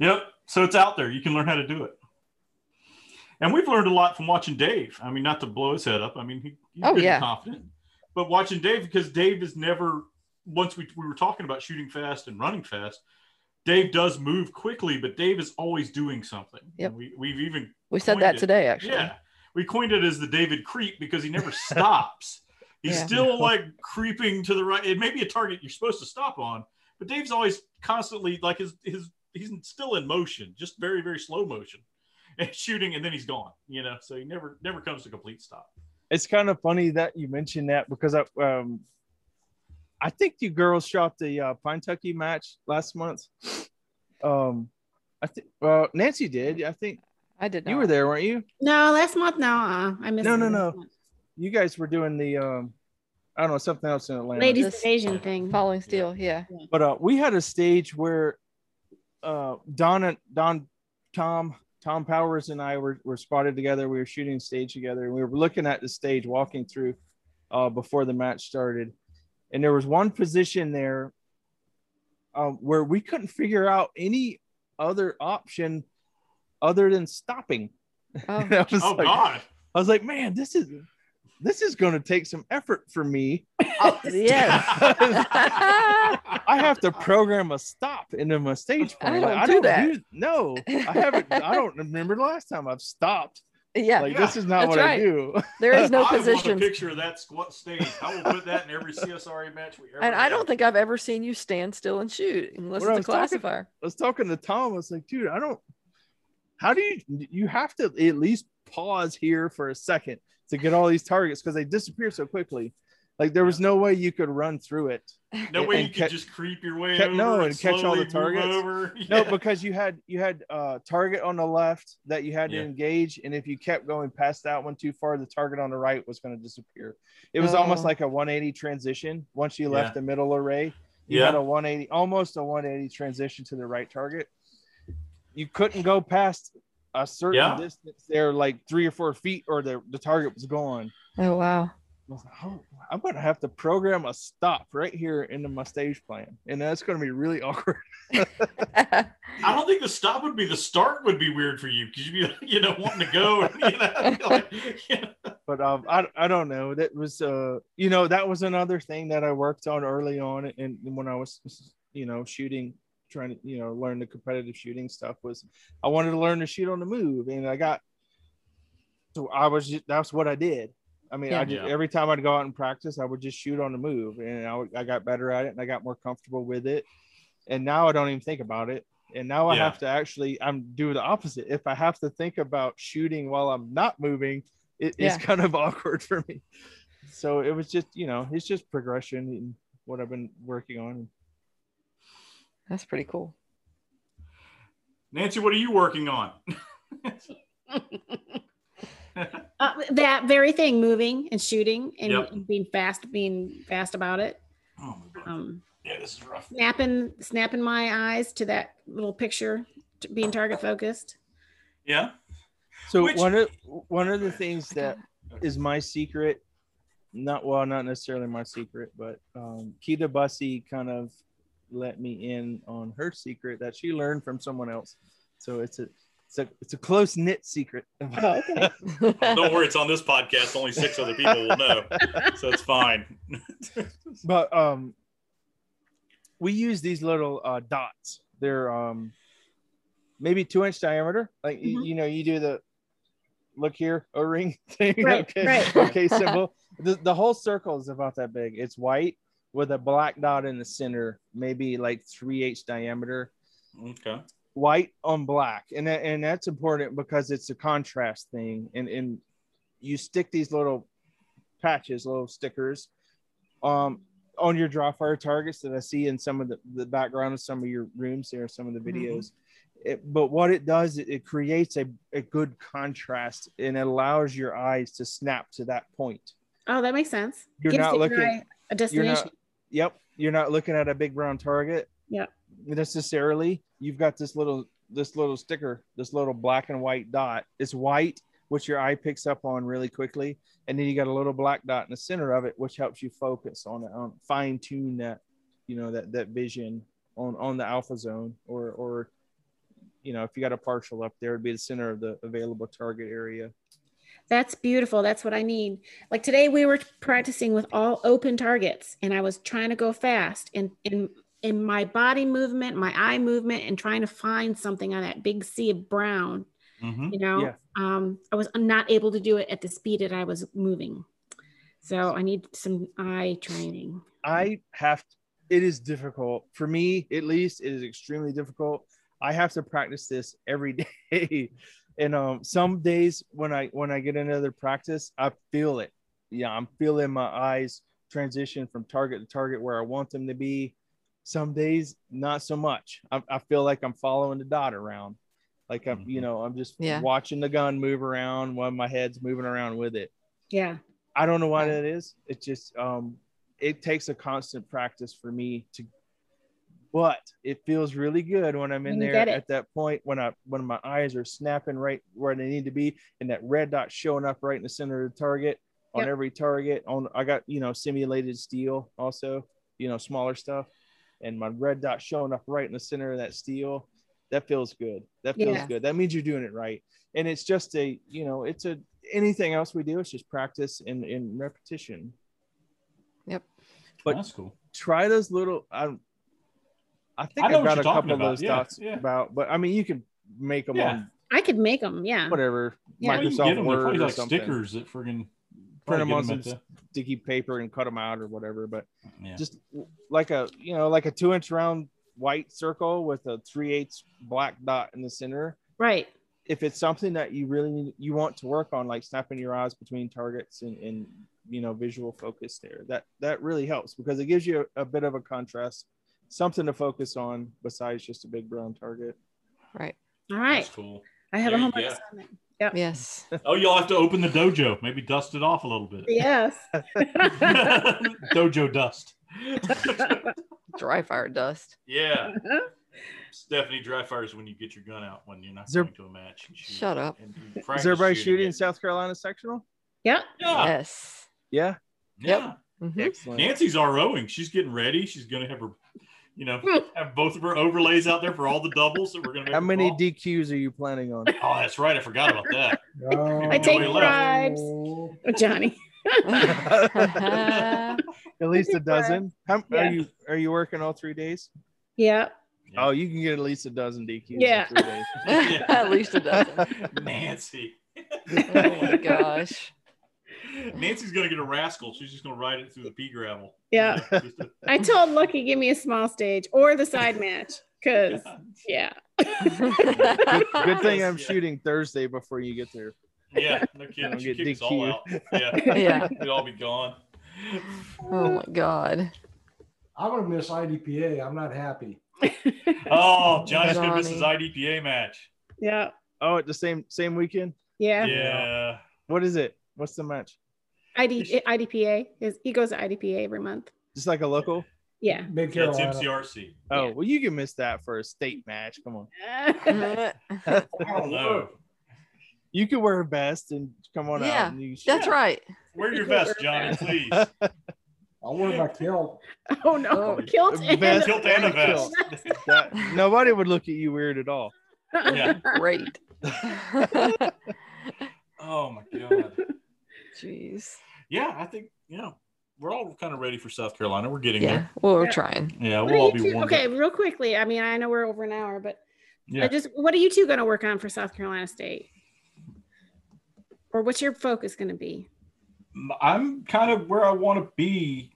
Speaker 3: Yep. So it's out there. You can learn how to do it. And we've learned a lot from watching Dave. I mean, not to blow his head up. I mean, he, he's
Speaker 2: Oh,
Speaker 3: good
Speaker 2: yeah.
Speaker 3: and confident. But watching Dave, because Dave is never, once we, we were talking about shooting fast and running fast, Dave does move quickly, but Dave is always doing something.
Speaker 2: Yep.
Speaker 3: And We, we've even,
Speaker 2: We said
Speaker 3: Coined
Speaker 2: that
Speaker 3: it.
Speaker 2: today, actually.
Speaker 3: yeah, we coined it as the David creep because he never stops. He's
Speaker 2: Yeah.
Speaker 3: still like creeping to the right. It may be a target you're supposed to stop on, but Dave's always constantly like his his he's still in motion, just very very slow motion, and shooting, and then he's gone. You know, so he never never comes to a complete stop.
Speaker 4: It's kind of funny that you mentioned that because I um I think you girls shot the uh Pintucky match last month. Um I think well Nancy did. I think
Speaker 2: I did not.
Speaker 4: you were there, weren't you?
Speaker 1: No, last month, no, uh, I missed.
Speaker 4: No,
Speaker 1: it
Speaker 4: no,
Speaker 1: last
Speaker 4: no.
Speaker 1: month.
Speaker 4: You guys were doing the um I don't know, something else in Atlanta.
Speaker 1: Ladies
Speaker 2: This-
Speaker 1: invasion thing.
Speaker 2: Following steel. Yeah.
Speaker 4: but uh, we had a stage where uh, Don and Don Tom Tom Powers and I were, were spotted together. We were shooting stage together. And we were looking at the stage, walking through uh, before the match started, and there was one position there um, where we couldn't figure out any other option other than stopping.
Speaker 2: Oh,
Speaker 4: And I was
Speaker 3: Oh
Speaker 4: like,
Speaker 3: God!
Speaker 4: I was like, man, this is this is going to take some effort for me.
Speaker 2: oh, yes.
Speaker 4: I have to program a stop into my stage
Speaker 2: I
Speaker 4: plan. Like,
Speaker 2: don't
Speaker 4: I
Speaker 2: do
Speaker 4: don't,
Speaker 2: that.
Speaker 4: do- no, I haven't. I don't remember the last time I've stopped.
Speaker 2: yeah.
Speaker 4: Like this is not
Speaker 2: That's
Speaker 4: what I
Speaker 2: right.
Speaker 4: do.
Speaker 2: there is no
Speaker 3: I
Speaker 2: position.
Speaker 3: want a picture of that squat stage. I will put that in every CSRA match we ever.
Speaker 2: And I don't
Speaker 3: have.
Speaker 2: think I've ever seen you stand still and shoot unless
Speaker 4: What I
Speaker 2: it's a
Speaker 4: was talking-
Speaker 2: classifier.
Speaker 4: I was talking to Tom. I was like, dude, I don't. How do you? You have to at least pause here for a second to get all these targets because they disappear so quickly. Like there was no way you could run through it.
Speaker 3: No way
Speaker 4: and
Speaker 3: you could
Speaker 4: catch-
Speaker 3: just creep your way
Speaker 4: ca-
Speaker 3: over.
Speaker 4: no, and catch all
Speaker 3: slowly
Speaker 4: the
Speaker 3: move
Speaker 4: targets.
Speaker 3: Over.
Speaker 4: No,
Speaker 3: Yeah.
Speaker 4: because you had you had uh target on the left that you had
Speaker 3: Yeah.
Speaker 4: to engage, and if you kept going past that one too far, the target on the right was going to disappear. It was almost
Speaker 2: Oh.
Speaker 4: like a 180 transition. Once you left
Speaker 3: Yeah.
Speaker 4: the middle array, you
Speaker 3: yeah.
Speaker 4: had a 180, almost a 180 transition to the right target. You couldn't go past a certain
Speaker 3: Yeah.
Speaker 4: distance there, like three or four feet, or the, the target was gone.
Speaker 2: Oh wow.
Speaker 4: I was like, oh, I'm gonna have to program a stop right here into my stage plan, and that's gonna be really awkward.
Speaker 3: I don't think the stop would be the start would be weird for you because you'd be you know wanting to go and, you know, like, you know.
Speaker 4: but um, I, I don't know. That was uh, you know, that was another thing that I worked on early on, and when I was, you know, shooting, trying to you know learn the competitive shooting stuff was, I wanted to learn to shoot on the move, and I got, so I was ju- that's what I did. I mean, I
Speaker 2: Yeah.
Speaker 4: just,
Speaker 3: Yeah.
Speaker 4: every time I'd go out and practice, I would just shoot on the move, and I, would- I got better at it, and I got more comfortable with it, and now I don't even think about it. And now I
Speaker 3: Yeah.
Speaker 4: have to actually I'm do the opposite. If I have to think about shooting while I'm not moving, it,
Speaker 2: Yeah.
Speaker 4: it's kind of awkward for me. So it was just, you know, it's just progression and what I've been working on.
Speaker 2: That's pretty cool.
Speaker 3: Nancy, what are you working on?
Speaker 1: Uh, that very thing, moving and shooting and
Speaker 3: Yep.
Speaker 1: being fast, being fast about it.
Speaker 3: Oh my god.
Speaker 1: Um,
Speaker 3: Yeah, this is rough.
Speaker 1: snapping, snapping my eyes to that little picture, t- being target focused.
Speaker 3: Yeah.
Speaker 4: So
Speaker 3: Which-
Speaker 4: one of one of the things that is my secret, not well, not necessarily my secret, but um, Keita Bussey kind of let me in on her secret that she learned from someone else. So it's a it's a it's a close knit secret.
Speaker 1: Oh, okay.
Speaker 3: Don't worry, it's on this podcast. Only six other people will know, so it's fine.
Speaker 4: but um, we use these little uh, dots. They're um, maybe two inch diameter. Like y-
Speaker 1: Mhm.
Speaker 4: you know, you do the look here O ring thing.
Speaker 1: Right,
Speaker 4: okay.
Speaker 1: right.
Speaker 4: Okay. Simple. the, the whole circle is about that big. It's white with a black dot in the center, maybe like three eighths diameter.
Speaker 3: Okay.
Speaker 4: White on black, and that, and that's important because it's a contrast thing. And and you stick these little patches, little stickers, um, on your draw fire targets that I see in some of the, the background of some of your rooms here, some of the
Speaker 2: Mhm.
Speaker 4: videos. It, but what it does, it, it creates a, a good contrast and it allows your eyes to snap to that point.
Speaker 1: Oh, that makes sense.
Speaker 4: You're not
Speaker 1: the
Speaker 4: looking-
Speaker 1: guy a destination.
Speaker 4: Yep, you're not looking at a big brown target.
Speaker 1: Yeah.
Speaker 4: necessarily. You've got this little this little sticker, this little black and white dot. It's white, which your eye picks up on really quickly, and then you got a little black dot in the center of it, which helps you focus on it, on fine tune that, you know, that that vision on on the alpha zone or or. You know, if you got a partial up there, it'd be the center of the available target area.
Speaker 1: That's beautiful. That's what I need. Like today, we were practicing with all open targets, and I was trying to go fast and in in my body movement, my eye movement, and trying to find something on that big sea of brown.
Speaker 3: Mm-hmm.
Speaker 1: You know,
Speaker 4: Yeah.
Speaker 1: um, I was not able to do it at the speed that I was moving. So I need some eye training.
Speaker 4: I have it is difficult for me at least it is extremely difficult. I have to practice this every day. And um some days when I when I get another practice, I feel it. Yeah, I'm feeling my eyes transition from target to target where I want them to be. Some days not so much. I, I feel like I'm following the dot around. Like I'm, you know, I'm just
Speaker 2: Yeah.
Speaker 4: watching the gun move around while my head's moving around with it.
Speaker 1: Yeah.
Speaker 4: I don't know why
Speaker 2: Right.
Speaker 4: that is. It just um it takes a constant practice for me to but it feels really good when I'm in
Speaker 1: When you
Speaker 4: there
Speaker 1: get it.
Speaker 4: at that point when I when my eyes are snapping right where they need to be and that red dot showing up right in the center of the target on
Speaker 1: Yep.
Speaker 4: every target on I got you know simulated steel also, you know, smaller stuff and my red dot showing up right in the center of that steel. That feels good. That feels
Speaker 1: Yeah.
Speaker 4: good. That means you're doing it right. And it's just a, you know, it's a anything else we do, it's just practice and, and repetition. But-
Speaker 3: that's cool.
Speaker 4: Try those little I I think
Speaker 3: I know
Speaker 4: I've
Speaker 3: what
Speaker 4: got a
Speaker 3: you're
Speaker 4: couple
Speaker 3: talking
Speaker 4: of
Speaker 3: about.
Speaker 4: those
Speaker 3: Yeah,
Speaker 4: dots
Speaker 3: yeah.
Speaker 4: about, but I mean you can make them
Speaker 3: Yeah.
Speaker 4: on
Speaker 1: I could make them. Yeah.
Speaker 4: whatever
Speaker 1: Yeah.
Speaker 3: Well, you can get
Speaker 4: Microsoft
Speaker 3: them. They're
Speaker 4: Word
Speaker 3: probably
Speaker 4: or
Speaker 3: like
Speaker 4: something.
Speaker 3: stickers that friggin'
Speaker 4: Print
Speaker 3: probably
Speaker 4: 'em
Speaker 3: get
Speaker 4: on
Speaker 3: at
Speaker 4: some
Speaker 3: the-
Speaker 4: sticky paper and cut them out or whatever. But
Speaker 3: yeah.
Speaker 4: just like a you know, like a two inch round white circle with a three eighths black dot in the center.
Speaker 1: Right.
Speaker 4: if it's something that you really need, you want to work on like snapping your eyes between targets and, and you know visual focus there that that really helps because it gives you a, a bit of a contrast something to focus on besides just a big brown target
Speaker 2: right.
Speaker 1: All right.
Speaker 3: That's cool.
Speaker 1: I have a
Speaker 3: There you
Speaker 1: homework
Speaker 3: go.
Speaker 1: assignment.
Speaker 2: Yes.
Speaker 3: Oh, you'll have to open the dojo. Maybe dust it off a little bit.
Speaker 1: Yes.
Speaker 3: dojo dust.
Speaker 2: Dry fire dust.
Speaker 3: yeah. Stephanie, dry fires when you get your gun out when you're not
Speaker 4: Is there-
Speaker 3: going to a match. And shoot.
Speaker 2: Shut up.
Speaker 3: And you
Speaker 4: is
Speaker 3: practice
Speaker 4: everybody shooting in
Speaker 3: it.
Speaker 4: south carolina sectional
Speaker 1: yep.
Speaker 3: Yeah.
Speaker 2: Yes.
Speaker 4: yeah
Speaker 3: Mm-hmm. Yeah.
Speaker 2: Yep. Mhm.
Speaker 4: excellent
Speaker 3: Nancy's ROing. She's getting ready. She's going to have her, you know, have both of her overlays out there for all the doubles that we're going to make.
Speaker 4: how
Speaker 3: the
Speaker 4: many
Speaker 3: ball.
Speaker 4: dqs are you planning on
Speaker 3: Oh, that's right. I forgot about that.
Speaker 5: Oh, No.
Speaker 1: I
Speaker 3: take
Speaker 1: bribes. Oh, Johnny.
Speaker 2: Mm-hmm.
Speaker 4: at least a dozen how,
Speaker 1: Yeah.
Speaker 4: are you are you working all three days
Speaker 1: Yeah.
Speaker 3: Yeah.
Speaker 4: oh you can get at least a dozen dqs
Speaker 1: Yeah.
Speaker 4: in three days.
Speaker 2: At least a dozen.
Speaker 3: Nancy.
Speaker 2: Oh my gosh.
Speaker 3: Nancy's gonna get a rascal. She's just gonna ride it through the pea gravel.
Speaker 1: Yeah.
Speaker 3: Just a-
Speaker 1: I told Lucky, give me a small stage or the side match. Cause yeah.
Speaker 4: good, good thing i'm
Speaker 3: Yeah.
Speaker 4: shooting thursday before you get there
Speaker 3: yeah, no kidding.
Speaker 4: Don't
Speaker 3: She
Speaker 4: get
Speaker 3: kicks all out. Yeah,
Speaker 2: yeah.
Speaker 3: we'd all be gone.
Speaker 2: Oh my god.
Speaker 5: I'm gonna miss IDPA. I'm not happy.
Speaker 3: Oh, Johnny's gonna miss his
Speaker 2: Johnny.
Speaker 3: IDPA match.
Speaker 1: Yeah.
Speaker 4: oh at the same same weekend
Speaker 1: Yeah.
Speaker 3: Yeah,
Speaker 4: What is it? What's the match?
Speaker 1: ID IDPA is he goes to IDPA every month.
Speaker 4: Just like a local?
Speaker 1: Yeah.
Speaker 5: Mid
Speaker 3: Yeah, it's
Speaker 5: Carolina.
Speaker 3: MCRC.
Speaker 4: Oh,
Speaker 1: Yeah.
Speaker 4: well, you can miss that for a state match. Come on.
Speaker 1: I
Speaker 3: I
Speaker 5: Oh,
Speaker 3: don't know.
Speaker 4: You can wear a vest and come on
Speaker 2: Yeah,
Speaker 4: out. And you
Speaker 2: That's right.
Speaker 3: Wear your vest, Johnny, please.
Speaker 5: I'll wear my kilt.
Speaker 1: Oh no,
Speaker 2: Oh,
Speaker 1: kilt
Speaker 4: a
Speaker 1: and
Speaker 4: vest.
Speaker 3: Kilt and a vest.
Speaker 4: That- nobody would look at you weird at all.
Speaker 3: Yeah.
Speaker 2: Great.
Speaker 3: Oh my god.
Speaker 2: Jeez.
Speaker 3: Yeah, I think you know we're all kind of ready for South Carolina. We're getting
Speaker 2: Yeah.
Speaker 3: there.
Speaker 2: Well, we're
Speaker 1: Yeah.
Speaker 2: trying.
Speaker 3: Yeah,
Speaker 1: What
Speaker 3: we'll
Speaker 1: are
Speaker 3: all
Speaker 1: you
Speaker 3: be
Speaker 1: two,
Speaker 3: warmed
Speaker 1: okay,
Speaker 3: up.
Speaker 1: real quickly. I mean, I know we're over an hour, but I
Speaker 3: Yeah.
Speaker 1: just what are you two going to work on for South Carolina State? Or what's your focus going to be?
Speaker 3: I'm kind of where I want to be,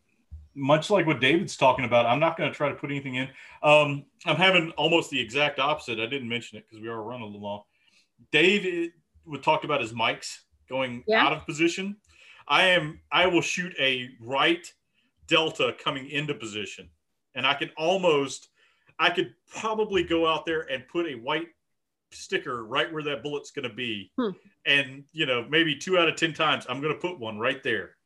Speaker 3: much like what David's talking about. I'm not going to try to put anything in. Um, I'm having almost the exact opposite. I didn't mention it because we are running a little long. Dave eh, would talked about his mics going
Speaker 1: Yeah.
Speaker 3: out of position. I am. I will shoot a right delta coming into position, and I can almost. I could probably go out there and put a white sticker right where that bullet's going to be
Speaker 4: Hmm.
Speaker 3: and you know maybe two out of ten times i'm going to put one right there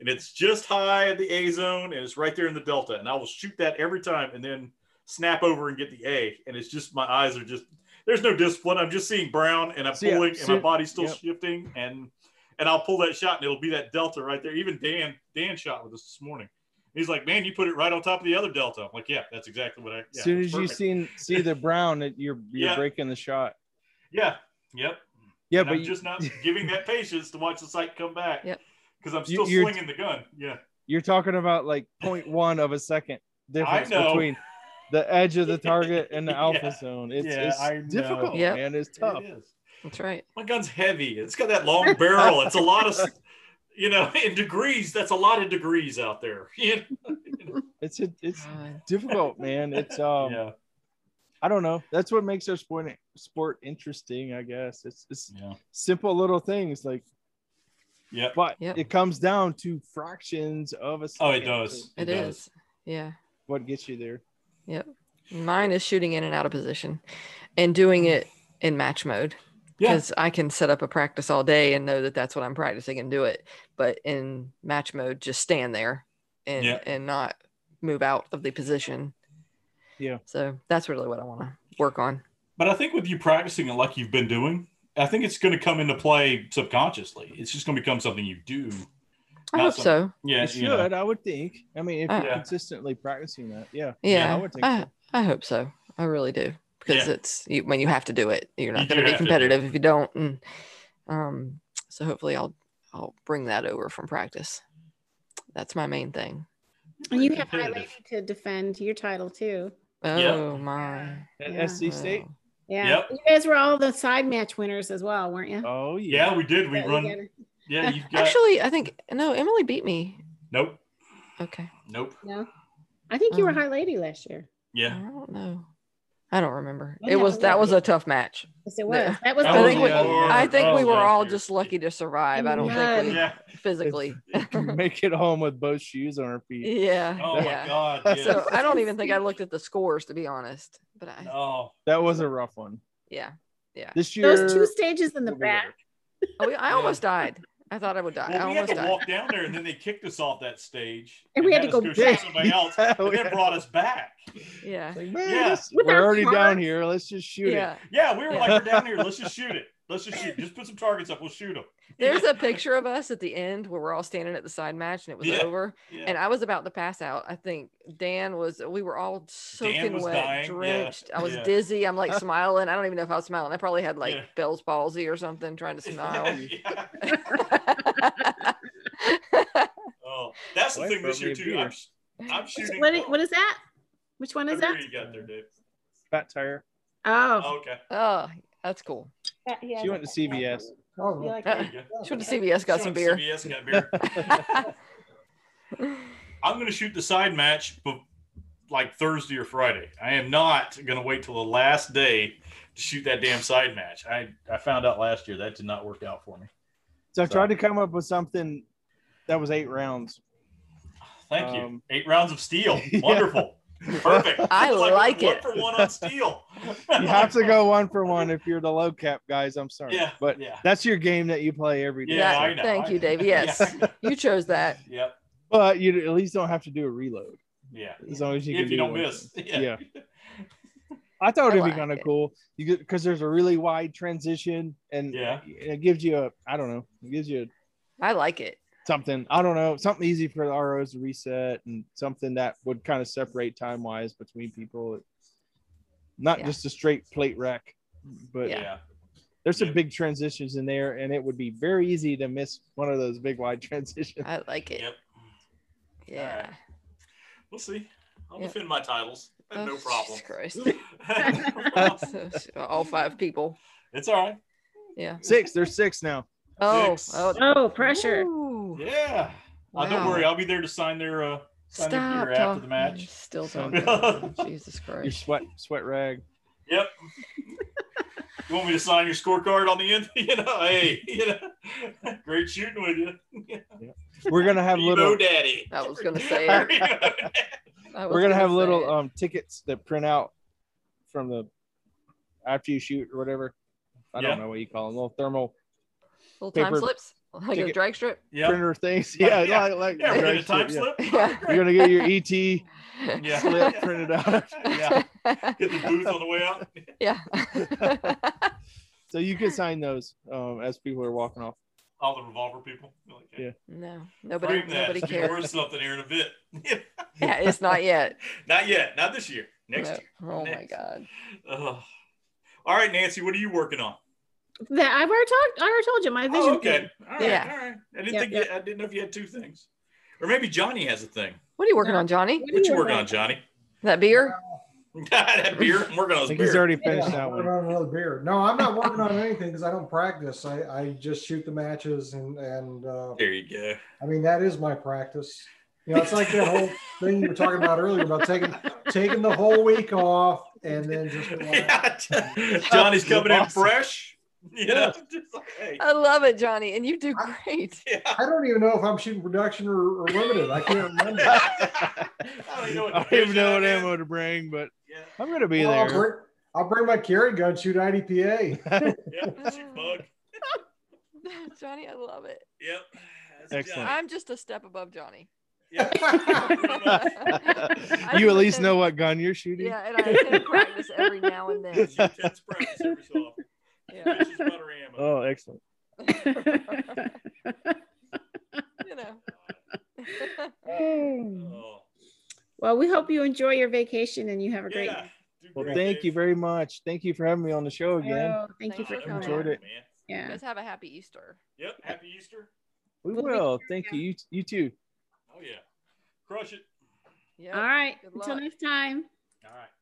Speaker 3: and it's just high at the a zone and it's right there in the delta and i will shoot that every time and then snap over and get the a and it's just my eyes are just there's no discipline i'm just seeing brown and i'm
Speaker 4: So, yeah,
Speaker 3: pulling and my
Speaker 4: so-
Speaker 3: body's still
Speaker 4: yeah.
Speaker 3: shifting and and i'll pull that shot and it'll be that delta right there even dan dan shot with us this morning he's like man you put it right on top of the other delta i'm like yeah that's exactly what i yeah,
Speaker 4: as soon
Speaker 3: it's
Speaker 4: as you
Speaker 3: perfect."
Speaker 4: see see the brown, it- you're you're
Speaker 3: Yeah.
Speaker 4: breaking the shot.
Speaker 3: yeah yep
Speaker 4: Yeah,
Speaker 3: and
Speaker 4: but
Speaker 3: I'm
Speaker 4: you-
Speaker 3: just not giving that patience to watch the site come back.
Speaker 2: Yep.
Speaker 3: Because I'm
Speaker 4: You-
Speaker 3: still
Speaker 4: you're-
Speaker 3: slinging the gun. Yeah.
Speaker 4: you're talking about like 0.1 of a second difference
Speaker 3: know.
Speaker 4: between the edge of the target and the alpha
Speaker 3: Yeah.
Speaker 4: zone. It's,
Speaker 3: Yeah, I know.
Speaker 4: it's difficult,
Speaker 2: Yep.
Speaker 4: man. It's tough.
Speaker 3: It is.
Speaker 2: That's right.
Speaker 3: My gun's heavy. It's got that long barrel. It's a lot of, s- you know, in degrees, that's a lot of degrees out there. You know?
Speaker 4: It's a, it's
Speaker 2: God.
Speaker 4: difficult, man. It's um,
Speaker 3: yeah.
Speaker 4: I don't know. That's what makes our sport sport interesting, I guess. It's it's
Speaker 3: Yeah.
Speaker 4: simple little things like,
Speaker 3: Yeah.
Speaker 4: but
Speaker 2: Yep.
Speaker 4: it comes down to fractions of a.
Speaker 3: Oh, it
Speaker 4: second
Speaker 3: does.
Speaker 2: It
Speaker 3: does.
Speaker 2: is. Yeah.
Speaker 4: What gets you there?
Speaker 2: Mine is shooting in and out of position and doing it in match mode.
Speaker 3: Yeah.
Speaker 2: because I can set up a practice all day and know that that's what I'm practicing and do it. But in match mode, just stand there and
Speaker 3: Yeah.
Speaker 2: and not move out of the position.
Speaker 4: Yeah.
Speaker 2: So that's really what I want to work on.
Speaker 3: But I think with you practicing it like you've been doing, I think it's going to come into play subconsciously. It's just going to become something you do.
Speaker 2: I
Speaker 3: Not
Speaker 2: hope
Speaker 3: something-
Speaker 2: so.
Speaker 3: Yeah.
Speaker 4: It should,
Speaker 3: you know.
Speaker 4: I would think. I mean, if you're
Speaker 3: Yeah.
Speaker 4: consistently practicing that, yeah,
Speaker 2: Yeah.
Speaker 4: I would think.
Speaker 2: I,
Speaker 4: so.
Speaker 2: I hope so. I really do because
Speaker 3: Yeah.
Speaker 2: it's you, when you have to do it, you're not
Speaker 3: You
Speaker 2: going
Speaker 3: do
Speaker 2: to be
Speaker 3: have to do it.
Speaker 2: competitive if you don't. And um, so hopefully I'll I'll bring that over from practice. That's my main thing.
Speaker 1: And you have High
Speaker 3: Competitive.
Speaker 1: Lady to defend your title too.
Speaker 2: Oh
Speaker 3: Yep.
Speaker 2: my.
Speaker 4: At
Speaker 1: Yeah.
Speaker 4: SC State.
Speaker 2: Wow.
Speaker 1: Yeah.
Speaker 3: Yep.
Speaker 1: You guys were all the side match winners as well, weren't you?
Speaker 4: Oh yeah.
Speaker 3: Yeah, we did. We
Speaker 1: Yeah, you
Speaker 3: run.
Speaker 1: gotta-
Speaker 3: Yeah, you've got.
Speaker 2: Actually, I think no, Emily beat me.
Speaker 3: Nope.
Speaker 2: Okay.
Speaker 3: Nope.
Speaker 1: no. I think you were
Speaker 2: Um,
Speaker 1: High Lady last year.
Speaker 2: I
Speaker 3: Yeah.
Speaker 2: don't know. I don't remember.
Speaker 1: We'll
Speaker 2: it
Speaker 1: have
Speaker 2: was
Speaker 1: to
Speaker 2: that
Speaker 1: look.
Speaker 2: was a tough match.
Speaker 1: Yes, it was. That was
Speaker 2: I
Speaker 1: the
Speaker 2: think
Speaker 1: one.
Speaker 2: we-
Speaker 3: Yeah.
Speaker 2: I think we
Speaker 3: Oh,
Speaker 2: were
Speaker 3: yeah.
Speaker 2: all just lucky to survive. I don't think we
Speaker 3: Yeah.
Speaker 2: physically.
Speaker 4: Make it home with both shoes on our feet.
Speaker 2: Yeah.
Speaker 3: Oh my
Speaker 2: yeah.
Speaker 3: God. Yeah.
Speaker 2: So I don't even think I looked at the scores to be honest. But I
Speaker 3: No.
Speaker 4: That was a rough one.
Speaker 2: yeah.
Speaker 4: This year
Speaker 1: Those two stages in the
Speaker 4: we'll be better.
Speaker 1: back.
Speaker 2: I, Oh, I almost died. I thought I would die. I
Speaker 3: Well, we had
Speaker 2: almost
Speaker 3: to
Speaker 2: died.
Speaker 3: walk down there, and then they kicked us off that stage,
Speaker 1: And we had to
Speaker 3: us
Speaker 1: go
Speaker 3: shoot
Speaker 1: back.
Speaker 3: somebody else, and then brought us back.
Speaker 2: Yeah.
Speaker 4: Like, man,
Speaker 3: Yeah.
Speaker 4: this-
Speaker 1: With
Speaker 4: we're
Speaker 1: our
Speaker 4: already down
Speaker 1: cards.
Speaker 4: here. Let's just shoot
Speaker 2: Yeah.
Speaker 3: Yeah, we were like,
Speaker 2: Yeah.
Speaker 3: we're down here. Let's just shoot it. Let's just shoot. Just put some targets up. We'll shoot them.
Speaker 2: There's a picture of us at the end where we're all standing at the side match and it was
Speaker 3: Yeah.
Speaker 2: over.
Speaker 3: Yeah.
Speaker 2: and I was about to pass out. I think Dan was. We were all soaking
Speaker 3: was
Speaker 2: wet,
Speaker 3: dying, yeah,
Speaker 2: drenched. I was
Speaker 3: yeah.
Speaker 2: dizzy. I'm like smiling. I don't even know if I was smiling. I probably had like
Speaker 3: Yeah.
Speaker 2: Bell's palsy or something, trying to smile.
Speaker 3: Yeah.
Speaker 2: I
Speaker 3: Oh, that's the
Speaker 4: Wait
Speaker 3: thing
Speaker 4: for
Speaker 3: this
Speaker 4: me
Speaker 3: year
Speaker 4: to
Speaker 3: too.
Speaker 4: beer.
Speaker 3: I'm, sh- I'm
Speaker 1: Is-
Speaker 3: shooting.
Speaker 1: What is, what is that? Which one is
Speaker 3: Whatever
Speaker 1: that?
Speaker 3: you got there, Dave?
Speaker 4: Fat tire.
Speaker 1: Oh,
Speaker 3: Oh, okay.
Speaker 2: oh, that's cool.
Speaker 1: yeah,
Speaker 4: She went to CBS.
Speaker 5: Oh,
Speaker 1: You like
Speaker 2: Uh,
Speaker 1: that?
Speaker 3: There you go.
Speaker 2: She went to CBS, got
Speaker 3: She
Speaker 2: some
Speaker 3: went
Speaker 2: beer.
Speaker 3: to CBS, got beer. I'm going to shoot the side match, but like Thursday or Friday. I am not going to wait till the last day to shoot that damn side match. I, I found out last year that did not work out for me.
Speaker 4: So I tried to come up with something that was eight rounds.
Speaker 3: Thank you.
Speaker 4: Um,
Speaker 3: Eight rounds of steel.
Speaker 4: Yeah.
Speaker 3: Wonderful. Perfect.
Speaker 2: I
Speaker 3: It's
Speaker 2: like
Speaker 3: one
Speaker 2: it.
Speaker 3: for one on steel.
Speaker 4: You have to go one for one if you're the low cap guys. I'm sorry,
Speaker 3: Yeah,
Speaker 4: but
Speaker 3: yeah.
Speaker 4: that's your game that you play every day.
Speaker 2: Yeah,
Speaker 3: Yeah, I know.
Speaker 2: thank
Speaker 3: I
Speaker 2: you,
Speaker 3: know.
Speaker 2: Dave. Yes.
Speaker 3: Yeah.
Speaker 2: You chose that.
Speaker 3: Yep.
Speaker 4: But you at least don't have to do a reload
Speaker 3: Yeah.
Speaker 4: as long as you can
Speaker 3: If
Speaker 4: do
Speaker 3: you don't
Speaker 4: one
Speaker 3: miss.
Speaker 4: thing.
Speaker 3: Yeah.
Speaker 4: Yeah. I thought
Speaker 2: I
Speaker 4: it'd be
Speaker 2: like
Speaker 4: kind of
Speaker 2: it.
Speaker 4: cool. You get because there's a really wide transition and
Speaker 3: Yeah.
Speaker 4: it gives you a I don't know, it gives you
Speaker 2: I like it.
Speaker 4: something I don't know, something easy for the ROs to reset and something that would kind of separate time wise between people. Not
Speaker 2: Yeah.
Speaker 4: just a straight plate rack, but
Speaker 2: Yeah.
Speaker 3: yeah.
Speaker 4: there's some
Speaker 3: Yeah.
Speaker 4: big transitions in there, and it would be very easy to miss one of those big wide transitions.
Speaker 2: I like it.
Speaker 3: Yep.
Speaker 2: Yeah.
Speaker 3: Alright. We'll see. I'll
Speaker 2: Yep.
Speaker 3: defend my titles.
Speaker 2: Oh,
Speaker 3: no
Speaker 2: Jesus
Speaker 3: problem.
Speaker 2: Christ.
Speaker 3: it's
Speaker 2: So, so all five people.
Speaker 3: all right.
Speaker 2: Yeah.
Speaker 4: Six, there's six now.
Speaker 2: Oh,
Speaker 3: Six.
Speaker 2: oh,
Speaker 1: Oh, pressure.
Speaker 2: Ooh.
Speaker 3: Yeah. Uh, don't
Speaker 2: Wow.
Speaker 3: worry. I'll be there to sign their uh, sign their
Speaker 2: Stop
Speaker 3: gear after the
Speaker 2: talking.
Speaker 3: match.
Speaker 2: Still
Speaker 4: So-
Speaker 2: talking. Jesus
Speaker 4: Your
Speaker 2: Christ.
Speaker 4: sweat, sweat rag.
Speaker 3: Yep. you want me to sign your scorecard on the end? you know, hey, you know, great shooting with you.
Speaker 4: We're gonna have
Speaker 3: You
Speaker 4: little
Speaker 3: know, daddy.
Speaker 2: I was gonna say.
Speaker 3: You know, Daddy.
Speaker 2: I was
Speaker 4: we're gonna
Speaker 2: gonna
Speaker 4: have
Speaker 2: say
Speaker 4: little
Speaker 2: it.
Speaker 4: um tickets that print out from the after you shoot or whatever. I
Speaker 3: Yeah.
Speaker 4: don't know what you call them, little thermal
Speaker 2: little time
Speaker 4: paper
Speaker 2: slips, like a
Speaker 4: ticket.
Speaker 2: drag strip.
Speaker 3: yeah.
Speaker 4: printer things. Yeah,
Speaker 3: Yeah, yeah.
Speaker 4: like, like
Speaker 3: Yeah, we're gonna
Speaker 4: right,
Speaker 3: time
Speaker 4: yeah.
Speaker 3: slip.
Speaker 2: Yeah.
Speaker 4: You're gonna get your E ET
Speaker 3: Yeah.
Speaker 4: slip printed out,
Speaker 3: yeah. Get the booth on the way out.
Speaker 2: yeah.
Speaker 4: so you can sign those um, as people are walking off.
Speaker 3: All the revolver people. You're like,
Speaker 4: Yeah.
Speaker 2: no, nobody,
Speaker 3: frame that.
Speaker 2: nobody
Speaker 3: It's gonna be
Speaker 2: cares.
Speaker 3: Worth something here in a bit.
Speaker 2: Yeah, it's not yet.
Speaker 3: Not yet. Not this year. Next
Speaker 2: No.
Speaker 3: year.
Speaker 2: Oh my
Speaker 3: Next.
Speaker 2: God.
Speaker 3: Ugh. all right, Nancy. What are you working on?
Speaker 1: That I've already talked. I already told you my vision.
Speaker 3: Oh, okay. All right.
Speaker 2: Yeah.
Speaker 3: All right. I didn't
Speaker 2: Yeah,
Speaker 3: think You, I didn't know if you had two things, or maybe Johnny has a thing.
Speaker 2: What are you working
Speaker 1: No.
Speaker 2: on, Johnny?
Speaker 1: What are
Speaker 3: What you working on, Johnny?
Speaker 2: That beer?
Speaker 3: that beer. I'm working on
Speaker 4: I
Speaker 3: his
Speaker 4: think he's
Speaker 3: beer.
Speaker 4: already finished
Speaker 5: Yeah,
Speaker 4: that
Speaker 5: I'm
Speaker 4: one.
Speaker 5: working on another beer. No, I'm not working on anything because I don't practice. I, I just shoot the matches and and uh,
Speaker 3: there you go.
Speaker 5: I mean that is my practice. You know, it's like that whole thing you were talking about earlier about taking taking the whole week off and then just relax.
Speaker 3: Johnny's coming in
Speaker 4: Awesome.
Speaker 3: fresh. You know, just like, hey.
Speaker 2: I love it, Johnny. And you do great.
Speaker 3: Yeah.
Speaker 5: I don't even know if I'm shooting production or, or limited. I can't remember.
Speaker 3: I don't even know what
Speaker 4: I don't even know what
Speaker 3: division I'm in.
Speaker 4: ammo to bring, but
Speaker 3: Yeah.
Speaker 4: I'm gonna be
Speaker 5: Well, I'll
Speaker 4: there.
Speaker 5: bring, I'll bring my carry gun, shoot IDPA.
Speaker 3: Yeah, that's your bug.
Speaker 2: Johnny, I love it.
Speaker 3: Yep. That's
Speaker 4: Excellent.
Speaker 3: Johnny.
Speaker 2: I'm just a step above Johnny.
Speaker 3: Yeah.
Speaker 4: you at least know what gun you're shooting.
Speaker 2: Yeah, and I attend practice every now and then.
Speaker 3: She attends practice every so often.
Speaker 2: Yeah.
Speaker 3: Bitches about her ammo.
Speaker 4: Oh, excellent.
Speaker 2: you know.
Speaker 3: Oh.
Speaker 1: well, we hope you enjoy your vacation and you have a great.
Speaker 3: Yeah. Do
Speaker 4: Well,
Speaker 3: great,
Speaker 4: thank
Speaker 3: Dave.
Speaker 4: you very much. Thank you for having me on the show again.
Speaker 1: Oh, thank you
Speaker 2: Thank
Speaker 1: for
Speaker 2: you.
Speaker 3: Oh, no
Speaker 1: coming.
Speaker 4: Enjoyed
Speaker 3: problem,
Speaker 4: it.
Speaker 3: man.
Speaker 2: You
Speaker 1: Yeah.
Speaker 2: guys have a happy Easter.
Speaker 3: Yep. Happy Easter.
Speaker 4: we
Speaker 1: We'll be
Speaker 4: will. Thank you. You, you too.
Speaker 3: Oh yeah. Crush it.
Speaker 2: Yeah.
Speaker 1: All right.
Speaker 2: Good
Speaker 1: Until
Speaker 2: luck.
Speaker 1: next time.
Speaker 3: All right.